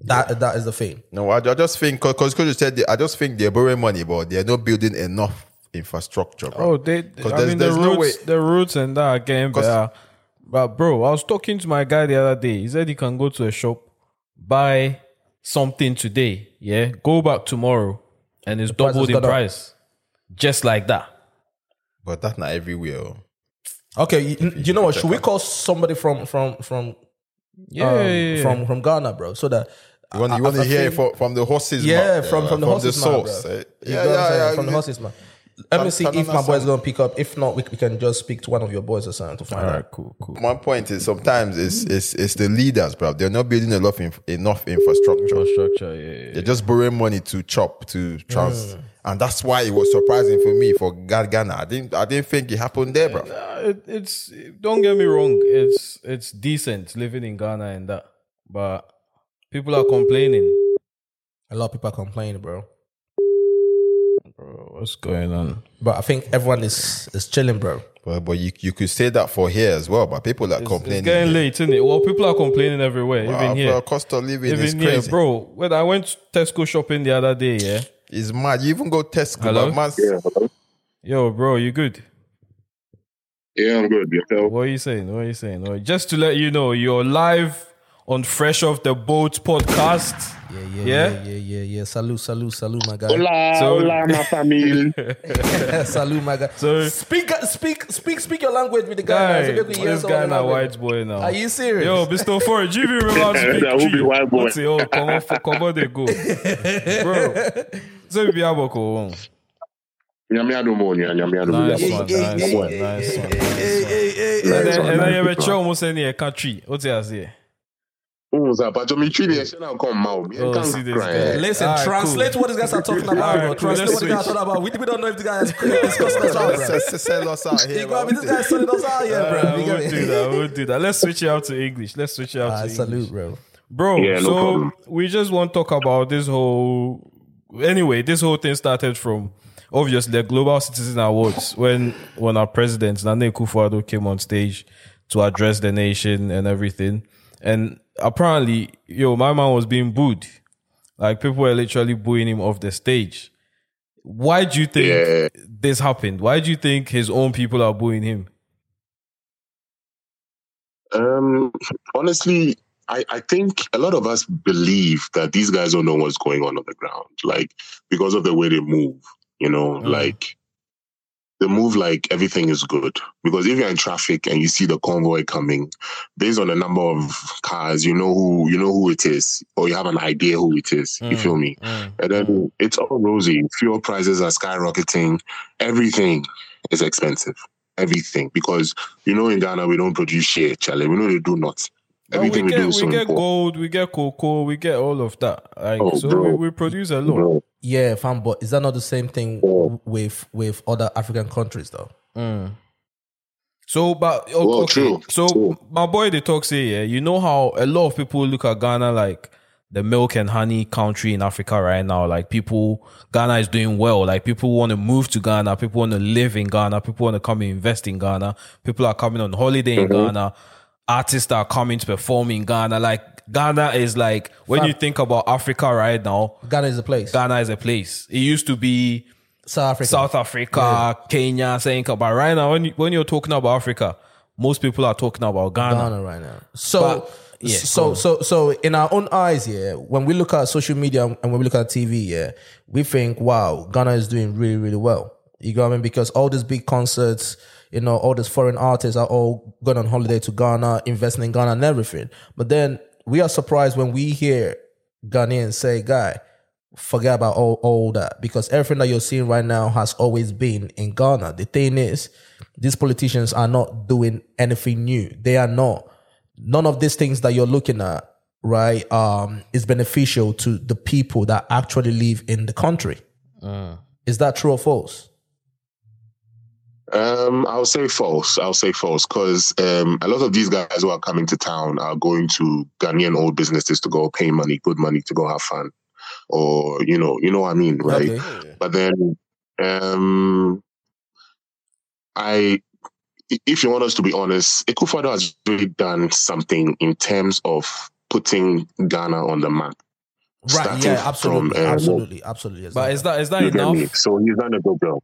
[SPEAKER 1] That that is the thing.
[SPEAKER 2] No, I, I just think because you said they, I just think they're borrowing money, but they're not building enough infrastructure. Bro.
[SPEAKER 3] Oh, they. I
[SPEAKER 2] there's-
[SPEAKER 3] mean, the
[SPEAKER 2] there's no way-
[SPEAKER 3] roots, the roots, and that again. Better. But bro, I was talking to my guy the other day. He said he can go to a shop, buy something today, yeah, go back tomorrow, and it's
[SPEAKER 1] price has
[SPEAKER 3] double the
[SPEAKER 1] gone up. Um,
[SPEAKER 3] price, just like that.
[SPEAKER 2] But that's not everywhere. oh.
[SPEAKER 1] Okay, you, you know what? Should we call somebody from from from
[SPEAKER 3] Yeah,
[SPEAKER 1] um,
[SPEAKER 3] yeah, yeah.
[SPEAKER 1] from from Ghana, bro, so that
[SPEAKER 2] You want, you
[SPEAKER 1] I-
[SPEAKER 2] want
[SPEAKER 1] I
[SPEAKER 2] to hear
[SPEAKER 1] think-
[SPEAKER 2] from, from the horse's
[SPEAKER 1] Yeah,
[SPEAKER 2] mouth,
[SPEAKER 1] from, from the horse's mouth,
[SPEAKER 2] uh, source.
[SPEAKER 1] bro.
[SPEAKER 2] eh?
[SPEAKER 1] You know what I'm saying? From the
[SPEAKER 2] you-
[SPEAKER 1] horse's mouth. Let me see if
[SPEAKER 2] Tanana
[SPEAKER 1] my boy's
[SPEAKER 2] sound.
[SPEAKER 1] gonna pick up. If not, we, we can just speak to one of your boys or something to find out.
[SPEAKER 3] cool, cool.
[SPEAKER 2] My point is sometimes it's it's it's the leaders, bro. They're not building enough inf- enough infrastructure.
[SPEAKER 3] Structure, yeah, yeah.
[SPEAKER 2] They're just borrowing money to chop to trans,
[SPEAKER 1] Mm.
[SPEAKER 2] and that's why it was surprising for me for Ga- Ghana. I didn't I didn't think it happened there, bro.
[SPEAKER 3] Uh, it, it's don't get me wrong. It's it's decent living in Ghana and that, but people are complaining.
[SPEAKER 1] A lot of people are complaining, bro.
[SPEAKER 3] Bro, what's going on?
[SPEAKER 1] But I think everyone is is chilling, bro.
[SPEAKER 2] But, but you you could say that for here as well. But people are complaining.
[SPEAKER 3] It's getting late, isn't it? Well, people are complaining everywhere,
[SPEAKER 2] Wow,
[SPEAKER 3] even
[SPEAKER 2] bro,
[SPEAKER 3] here.
[SPEAKER 2] cost of living is
[SPEAKER 3] Even here,
[SPEAKER 2] crazy.
[SPEAKER 3] bro. When I went Tesco shopping the other day, yeah,
[SPEAKER 2] It's mad. You even go Tesco,
[SPEAKER 3] Hello?
[SPEAKER 2] but man's-
[SPEAKER 3] yo, bro, you good?
[SPEAKER 7] Yeah, I'm good. Yourself?
[SPEAKER 3] What are you saying? What are you saying? What- Just to let you know, you're live on Fresh Off the Boat podcast.
[SPEAKER 1] Yeah,
[SPEAKER 3] Yeah?
[SPEAKER 1] yeah, yeah, yeah, yeah. yeah. Salute, salute, salute, my guy.
[SPEAKER 7] Hola,
[SPEAKER 3] So-
[SPEAKER 7] hola, my family.
[SPEAKER 1] salute, my guy.
[SPEAKER 3] So-
[SPEAKER 1] speak, speak, speak, speak your language with the guy.
[SPEAKER 3] Guy,
[SPEAKER 1] man. So make we hear
[SPEAKER 3] this
[SPEAKER 1] some
[SPEAKER 3] guy
[SPEAKER 1] of
[SPEAKER 3] now
[SPEAKER 1] your
[SPEAKER 3] white
[SPEAKER 1] language.
[SPEAKER 3] boy now.
[SPEAKER 1] Are you serious?
[SPEAKER 3] Yo, Mr. Forge, do you even remember how to speak
[SPEAKER 7] That would be
[SPEAKER 3] G?
[SPEAKER 7] wild boy.
[SPEAKER 3] What's it, oh, come on, for, come on, they go. Bro, so we be able to go on.
[SPEAKER 7] Nyamiadumo, nyamiadumo.
[SPEAKER 3] Nice
[SPEAKER 7] Yeah,
[SPEAKER 3] one,
[SPEAKER 7] yeah,
[SPEAKER 3] nice
[SPEAKER 7] yeah,
[SPEAKER 3] one,
[SPEAKER 7] yeah,
[SPEAKER 3] nice one.
[SPEAKER 1] hey, hey, hey, hey.
[SPEAKER 7] Nice
[SPEAKER 3] And
[SPEAKER 7] one,
[SPEAKER 3] then- and then
[SPEAKER 7] nice
[SPEAKER 3] you have a
[SPEAKER 7] one.
[SPEAKER 3] chill almost any country. What's it, say?
[SPEAKER 7] Oh, Zapa, Jomi Chidi, I shall come, Mao. Me, I
[SPEAKER 3] Oh,
[SPEAKER 7] can't
[SPEAKER 3] see this
[SPEAKER 7] cry.
[SPEAKER 3] guy.
[SPEAKER 1] Listen,
[SPEAKER 3] Alright,
[SPEAKER 1] translate
[SPEAKER 3] cool.
[SPEAKER 1] what these guys are talking about.
[SPEAKER 3] Alright,
[SPEAKER 1] bro.
[SPEAKER 3] cool,
[SPEAKER 1] Translate
[SPEAKER 3] let's
[SPEAKER 1] what these guys are
[SPEAKER 3] switch.
[SPEAKER 1] talking about. We, we don't know if the guy has discussed us out, bro.
[SPEAKER 2] Sell- sell us out here.
[SPEAKER 1] You got me?
[SPEAKER 2] man.
[SPEAKER 1] This guy's selling us out here, bro.
[SPEAKER 3] Uh,
[SPEAKER 1] You
[SPEAKER 3] we'll
[SPEAKER 1] get
[SPEAKER 3] do
[SPEAKER 1] me?
[SPEAKER 3] that. We'll do that. Let's switch it out to English. Let's switch it out
[SPEAKER 1] Ah,
[SPEAKER 3] to English.
[SPEAKER 1] Salute, bro.
[SPEAKER 3] bro.
[SPEAKER 7] Yeah, no
[SPEAKER 3] so
[SPEAKER 7] problem.
[SPEAKER 3] we just want to talk about this whole. Anyway, this whole thing started from obviously the Global Citizen Awards when when our president Nana Akufo-Addo came on stage to address the nation and everything, and apparently, yo, my man was being booed. Like people were literally booing him off the stage. Why do you think
[SPEAKER 7] Yeah.
[SPEAKER 3] this happened? Why do you think his own people are booing him?
[SPEAKER 7] Um, honestly, I, I think a lot of us believe that these guys don't know what's going on on the ground, like because of the way they move. You know, like they move like everything is good. Because if you're in traffic and you see the convoy coming, based on the number of cars, you know who you know who it is, or you have an idea who it is. You feel me? And then it's all rosy. Fuel prices are skyrocketing. Everything is expensive. Everything. Because you know in Ghana we don't produce shit, Charlie. We know they do not.
[SPEAKER 3] But
[SPEAKER 7] Everything
[SPEAKER 3] we
[SPEAKER 7] we,
[SPEAKER 3] get,
[SPEAKER 7] do
[SPEAKER 3] we
[SPEAKER 7] is so
[SPEAKER 3] get
[SPEAKER 7] important.
[SPEAKER 3] gold, we get cocoa, we get all of that. Like,
[SPEAKER 7] Oh,
[SPEAKER 3] so
[SPEAKER 7] bro.
[SPEAKER 3] we, we produce a lot.
[SPEAKER 7] Bro,
[SPEAKER 1] Yeah, fam, but is that not the same thing
[SPEAKER 7] Yeah.
[SPEAKER 1] with with other African countries though?
[SPEAKER 3] Mm. So, but okay,
[SPEAKER 7] Well,
[SPEAKER 3] okay.
[SPEAKER 7] true,
[SPEAKER 3] so
[SPEAKER 7] true.
[SPEAKER 3] my boy, the talk say, yeah, you know how a lot of people look at Ghana like the milk and honey country in Africa right now. Like people, Ghana is doing well. Like people want to move to Ghana. People want to live in Ghana. People want to come and invest in Ghana. People are coming on holiday in
[SPEAKER 7] Mm-hmm.
[SPEAKER 3] Ghana. Artists are coming to perform in Ghana. Like Ghana is like when you think about Africa right now,
[SPEAKER 1] Ghana is a place.
[SPEAKER 3] Ghana is a place. It used to be
[SPEAKER 1] South Africa.
[SPEAKER 3] South Africa, Kenya, saying, but right now, when, you, when you're talking about Africa, most people are talking about Ghana.
[SPEAKER 1] Ghana right now. So
[SPEAKER 3] But- yeah,
[SPEAKER 1] so so so in our own eyes, yeah, when we look at social media and when we look at TV, yeah, we think, wow, Ghana is doing really, really well. You know what I mean? Because all these big concerts, you know, all these foreign artists are all going on holiday to Ghana, investing in Ghana and everything. But then we are surprised when we hear Ghanaians say, guy, forget about all, all that because everything that you're seeing right now has always been in Ghana. The thing is, these politicians are not doing anything new. They are not. None of these things that you're looking at, right, um, is beneficial to the people that actually live in the country.
[SPEAKER 3] Mm.
[SPEAKER 1] Is that true or false?
[SPEAKER 7] Um, I'll say false. I'll say false because um, a lot of these guys who are coming to town are going to Ghanaian old businesses to go pay money, good money to go have fun, or you know, you know what I mean, right? But then, um, I, if you want us to be honest, Ekufado has really done something in terms of putting Ghana on the map.
[SPEAKER 1] Right.
[SPEAKER 7] Starting
[SPEAKER 1] Yeah. Absolutely.
[SPEAKER 7] from, uh,
[SPEAKER 1] absolutely. Absolutely. yes,
[SPEAKER 3] But
[SPEAKER 1] okay.
[SPEAKER 3] is that is that
[SPEAKER 7] You get me?
[SPEAKER 3] enough?
[SPEAKER 7] So he's done a good job.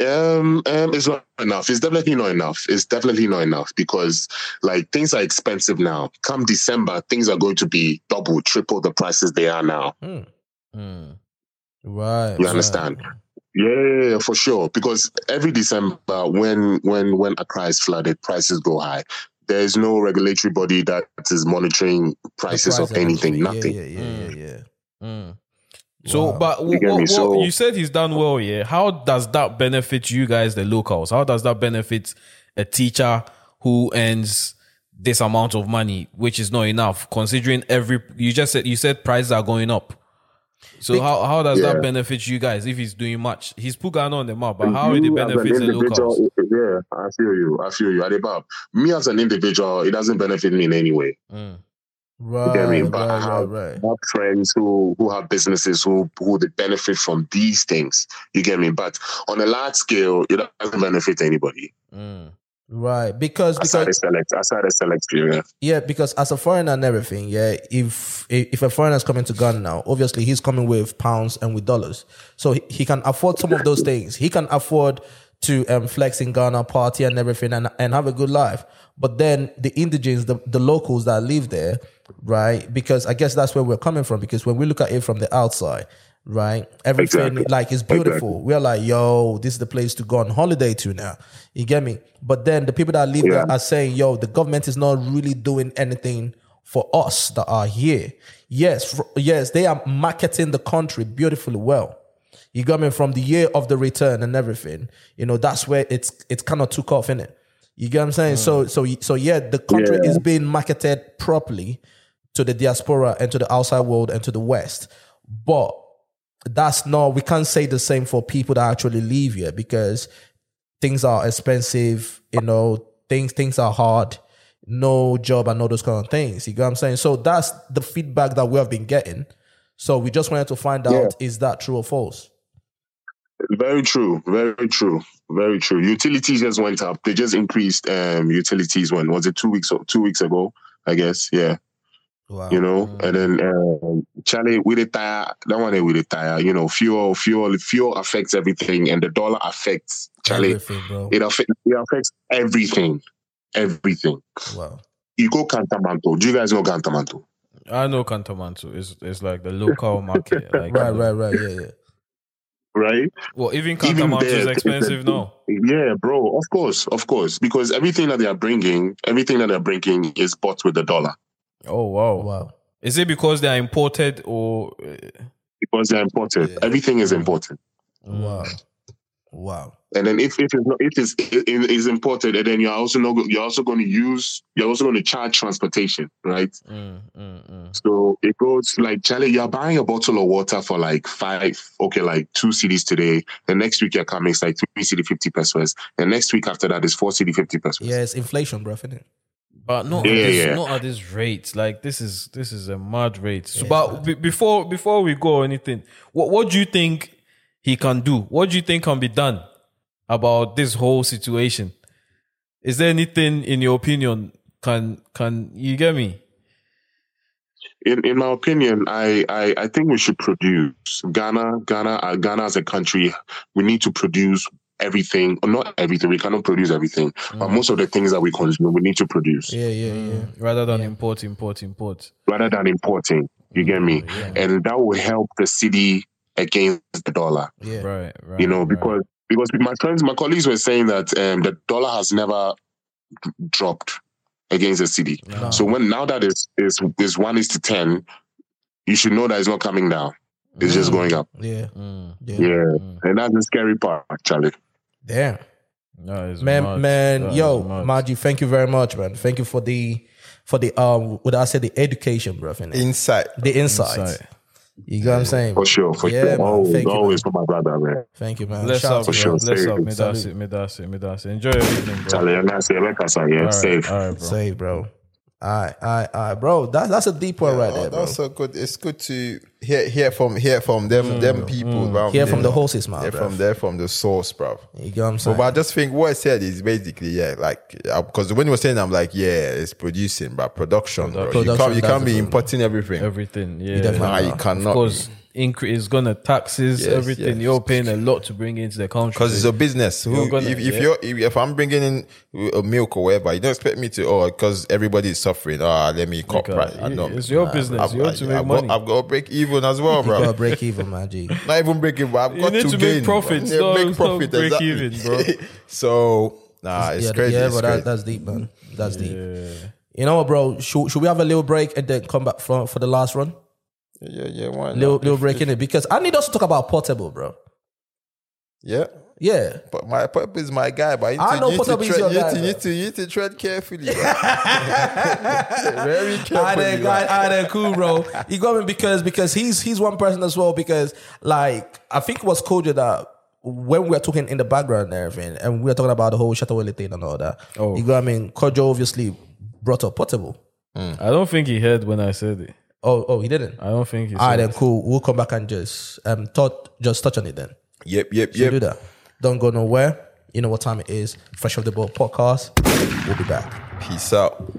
[SPEAKER 7] Um, um, it's not enough. It's definitely not enough. It's definitely not enough because like things are expensive now. Come December, things are going to be double, triple the prices they are now.
[SPEAKER 3] Mm.
[SPEAKER 1] right?
[SPEAKER 7] You
[SPEAKER 1] right.
[SPEAKER 7] understand? Yeah, yeah, yeah, for sure. Because every December, when when when Accra is flooded, prices go high. There is no regulatory body that is monitoring
[SPEAKER 1] The
[SPEAKER 7] prices
[SPEAKER 1] price
[SPEAKER 7] of anything,
[SPEAKER 1] actually,
[SPEAKER 7] nothing.
[SPEAKER 2] Mm.
[SPEAKER 1] Yeah. Yeah. Yeah. yeah, yeah.
[SPEAKER 3] Mm. So, but
[SPEAKER 7] You
[SPEAKER 3] what,
[SPEAKER 7] get me?
[SPEAKER 3] what,
[SPEAKER 7] So-
[SPEAKER 3] you said he's done well, yeah. How does that benefit you guys, the locals? How does that benefit a teacher who earns this amount of money, which is not enough, considering every you just said you said prices are going up. So how, how does
[SPEAKER 7] Yeah.
[SPEAKER 3] that benefit you guys if he's doing much? He's put Ghana on the map, but how it
[SPEAKER 7] You as an
[SPEAKER 3] benefits the locals?
[SPEAKER 7] individual, Yeah, I feel you. I feel you. Adebab, me as an individual, it doesn't benefit me in any way.
[SPEAKER 3] Mm.
[SPEAKER 1] Right,
[SPEAKER 7] get me?
[SPEAKER 1] right,
[SPEAKER 7] But I
[SPEAKER 1] right,
[SPEAKER 7] have-
[SPEAKER 1] right.
[SPEAKER 7] I have friends who who have businesses who who they benefit from these things. You get me? But on a large scale, it doesn't benefit anybody.
[SPEAKER 3] Mm.
[SPEAKER 1] Right, because
[SPEAKER 7] Aside a
[SPEAKER 1] because
[SPEAKER 7] select, aside a select few. Yeah.
[SPEAKER 1] yeah, because as a foreigner and everything, yeah, if if a foreigner's coming to Ghana now, obviously he's coming with pounds and with dollars, so he, he can afford some of those things. He can afford to um, flex in Ghana, party and everything, and and have a good life. But then the indigents, the the locals that live there, right? Because I guess that's where we're coming from. Because when we look at it from the outside, right, everything
[SPEAKER 7] Exactly.
[SPEAKER 1] like it's beautiful. We're like, yo, this is the place to go on holiday to now. You get me? But then the people that live
[SPEAKER 7] Yeah.
[SPEAKER 1] there are saying, yo, the government is not really doing anything for us that are here. Yes, fr- yes, they are marketing the country beautifully well. You got me from the year of the return and everything. You know that's where it's it's kind of took off in it. You get what I'm saying? So so so yeah, the country
[SPEAKER 7] Yeah.
[SPEAKER 1] is being marketed properly to the diaspora and to the outside world and to the West, but that's not we can't say the same for people that actually live here because things are expensive, you know, things things are hard, no job and all those kind of things. You get what I'm saying? So that's the feedback that we have been getting. So we just wanted to find out is that true or false?
[SPEAKER 7] Very true. Very true. Very true. Utilities just went up. They just increased um, utilities. When was it? Two weeks. Two weeks ago, I guess. Yeah.
[SPEAKER 1] Wow.
[SPEAKER 7] you know. And then um, Charlie, we retire. That one, we retire. You know, fuel, fuel, fuel affects everything, and the dollar affects Charlie.
[SPEAKER 1] Everything, bro.
[SPEAKER 7] It affects, it affects everything, everything.
[SPEAKER 1] Wow.
[SPEAKER 7] You go Cantamanto. Do you guys know Cantamanto?
[SPEAKER 3] I know Cantamanto is is like the local market. Like,
[SPEAKER 1] Right, right, right. Yeah, yeah.
[SPEAKER 7] Right?
[SPEAKER 3] Well, even
[SPEAKER 7] Even
[SPEAKER 3] Cantamanto
[SPEAKER 7] there,
[SPEAKER 3] is
[SPEAKER 7] it's a-
[SPEAKER 3] expensive now.
[SPEAKER 7] Yeah, bro. Of course, of course, because everything that they are bringing, everything that they are bringing is bought with the dollar.
[SPEAKER 3] Oh wow.
[SPEAKER 1] Wow.
[SPEAKER 3] Is it because they are imported or?
[SPEAKER 7] Because they're important. Everything is important.
[SPEAKER 3] Mm.
[SPEAKER 1] Wow. Wow.
[SPEAKER 7] And then if, if it's not, if it's it it is imported, and then you're also no, you're also going to use you're also going to charge transportation, right?
[SPEAKER 3] Mm, mm, mm.
[SPEAKER 7] So it goes like Charlie, you're buying a bottle of water for like five, okay, like two CDs today. The next week you're coming, it's like three CD fifty pesos. The next week after that is four CD fifty pesos.
[SPEAKER 1] Yeah, it's inflation, bro, isn't it?
[SPEAKER 3] But not
[SPEAKER 7] Yeah,
[SPEAKER 3] at this,
[SPEAKER 7] yeah.
[SPEAKER 3] not at this rate. Like this is this is a mad rate. So, but be- before before we go or anything, what what do you think he can do? What do you think can be done about this whole situation? Is there anything in your opinion can can you get me?
[SPEAKER 7] in, in my opinion, I, I, I think we should produce Ghana, Ghana, uh, Ghana as a country. We need to produce everything, not everything. We cannot produce everything,
[SPEAKER 3] Mm.
[SPEAKER 7] but most of the things that we consume, we need to produce
[SPEAKER 1] Yeah, yeah, yeah.
[SPEAKER 3] Rather than import, import, import.
[SPEAKER 7] rather than importing. You get me? And that will help the city against the dollar.
[SPEAKER 1] Yeah.
[SPEAKER 3] Right, right.
[SPEAKER 7] you know,
[SPEAKER 3] right.
[SPEAKER 7] because because my friends, my colleagues were saying that um, the dollar has never dropped against the city.
[SPEAKER 1] No.
[SPEAKER 7] So when now that is is is one is to ten, you should know that it's not coming down. It's just going up.
[SPEAKER 1] Yeah.
[SPEAKER 3] Mm,
[SPEAKER 1] Yeah.
[SPEAKER 7] Yeah. And that's the scary part, actually.
[SPEAKER 1] Damn.
[SPEAKER 3] that is
[SPEAKER 1] Man,
[SPEAKER 3] mad.
[SPEAKER 1] man,
[SPEAKER 3] That is
[SPEAKER 1] yo,
[SPEAKER 3] mad.
[SPEAKER 1] Maji, thank you very much, man. Thank you for the for the um what I say the education, bro, innit?
[SPEAKER 2] Insight.
[SPEAKER 1] the insights.
[SPEAKER 3] Insight.
[SPEAKER 1] You know what I'm saying?
[SPEAKER 7] For sure. For
[SPEAKER 1] yeah,
[SPEAKER 7] sure.
[SPEAKER 1] Man.
[SPEAKER 7] Always,
[SPEAKER 1] Thank you.
[SPEAKER 7] always
[SPEAKER 1] Man.
[SPEAKER 7] for my brother, man.
[SPEAKER 1] Thank you, man.
[SPEAKER 3] Let's
[SPEAKER 1] Shout
[SPEAKER 3] up,
[SPEAKER 1] out to
[SPEAKER 3] bro.
[SPEAKER 7] For
[SPEAKER 1] you.
[SPEAKER 7] sure.
[SPEAKER 3] Let's up.
[SPEAKER 7] Save.
[SPEAKER 3] Me that's it. Me that's it. Me that's it. Enjoy everything, bro.
[SPEAKER 7] Charlie, and I say, like I say, yeah,
[SPEAKER 3] All right,
[SPEAKER 7] safe.
[SPEAKER 3] all right, bro.
[SPEAKER 1] Say, bro. All right, all right, all right, bro. That, that's a deep one right
[SPEAKER 2] Oh,
[SPEAKER 1] there, bro.
[SPEAKER 2] that's so good. It's good to hear hear from hear from them
[SPEAKER 3] Mm,
[SPEAKER 2] them people. around
[SPEAKER 1] Hear from the
[SPEAKER 2] there.
[SPEAKER 1] horse's mouth,
[SPEAKER 2] Hear
[SPEAKER 1] bruv.
[SPEAKER 2] from there from the source, bro.
[SPEAKER 1] You know what I'm
[SPEAKER 2] So,
[SPEAKER 1] saying?
[SPEAKER 2] but I just think what I said is basically yeah, like because when you were saying, I'm like yeah, it's producing, but production, bro. you
[SPEAKER 1] Production,
[SPEAKER 2] can't you
[SPEAKER 1] that's
[SPEAKER 2] can't
[SPEAKER 1] the
[SPEAKER 2] be
[SPEAKER 1] problem.
[SPEAKER 2] importing everything.
[SPEAKER 3] Everything, yeah.
[SPEAKER 1] definitely-
[SPEAKER 2] Nah, you
[SPEAKER 3] Of
[SPEAKER 2] cannot.
[SPEAKER 3] course, increase is gonna taxes
[SPEAKER 2] Yes,
[SPEAKER 3] everything.
[SPEAKER 2] yes.
[SPEAKER 3] You're paying a lot to bring into the country
[SPEAKER 2] Because it's a business. Who,
[SPEAKER 3] You're gonna-
[SPEAKER 2] if, if
[SPEAKER 3] yeah.
[SPEAKER 2] you're if, if I'm bringing in uh, milk or whatever, you don't expect me to. Oh, because everybody is suffering. Ah, let me cut
[SPEAKER 3] Nigga,
[SPEAKER 2] price. I
[SPEAKER 3] it-
[SPEAKER 2] don't-
[SPEAKER 3] it's your business.
[SPEAKER 2] I've-
[SPEAKER 3] You want to
[SPEAKER 2] I've
[SPEAKER 3] make
[SPEAKER 2] got-
[SPEAKER 3] money.
[SPEAKER 2] I've got to break even as well,
[SPEAKER 1] you
[SPEAKER 2] bro.
[SPEAKER 1] gotta break even, Maji.
[SPEAKER 2] Not even break even. I've
[SPEAKER 3] You
[SPEAKER 2] got
[SPEAKER 3] need to make
[SPEAKER 2] gain, bro.
[SPEAKER 3] profits,
[SPEAKER 2] Yeah,
[SPEAKER 3] no, it's not break even, bro.
[SPEAKER 2] so nah, Ah, it's
[SPEAKER 1] yeah,
[SPEAKER 2] crazy.
[SPEAKER 1] yeah,
[SPEAKER 2] it's
[SPEAKER 1] but
[SPEAKER 2] crazy.
[SPEAKER 1] that, that's deep, man. That's deep. You know what, bro? Should, should we have a little break and then come back for, for the last run?
[SPEAKER 2] Yeah, yeah, yeah. Why not?
[SPEAKER 1] Little, little break in it because I need us to talk about portable, bro.
[SPEAKER 2] yeah.
[SPEAKER 1] Yeah.
[SPEAKER 2] But my pup is my guy, but you
[SPEAKER 1] I
[SPEAKER 2] need
[SPEAKER 1] know
[SPEAKER 2] to, you need to
[SPEAKER 1] Portable is
[SPEAKER 2] tread-
[SPEAKER 1] your
[SPEAKER 2] you
[SPEAKER 1] guy,
[SPEAKER 2] need to-
[SPEAKER 1] bro.
[SPEAKER 2] you need to, you need to tread carefully. bro. Very
[SPEAKER 1] I
[SPEAKER 2] carefully.
[SPEAKER 1] did,
[SPEAKER 2] bro.
[SPEAKER 1] I did, cool, bro. You got me because because he's he's one person as well because like I think it was Koja that when we were talking in the background and everything and we were talking about the whole Shatawale thing and all that. Oh. You got what I mean? Kojo obviously brought up portable.
[SPEAKER 3] I don't think he heard when I said it.
[SPEAKER 1] Oh oh he didn't.
[SPEAKER 3] I don't think he.
[SPEAKER 2] Ah,
[SPEAKER 1] All right,
[SPEAKER 3] Said
[SPEAKER 1] then cool. We'll come back and just um thought just touch on it then.
[SPEAKER 2] Yep, yep,
[SPEAKER 1] Should we
[SPEAKER 2] yep.
[SPEAKER 1] do that. Don't go nowhere. You know what time it is. Fresh off the boat podcast. We'll be back.
[SPEAKER 2] Peace out.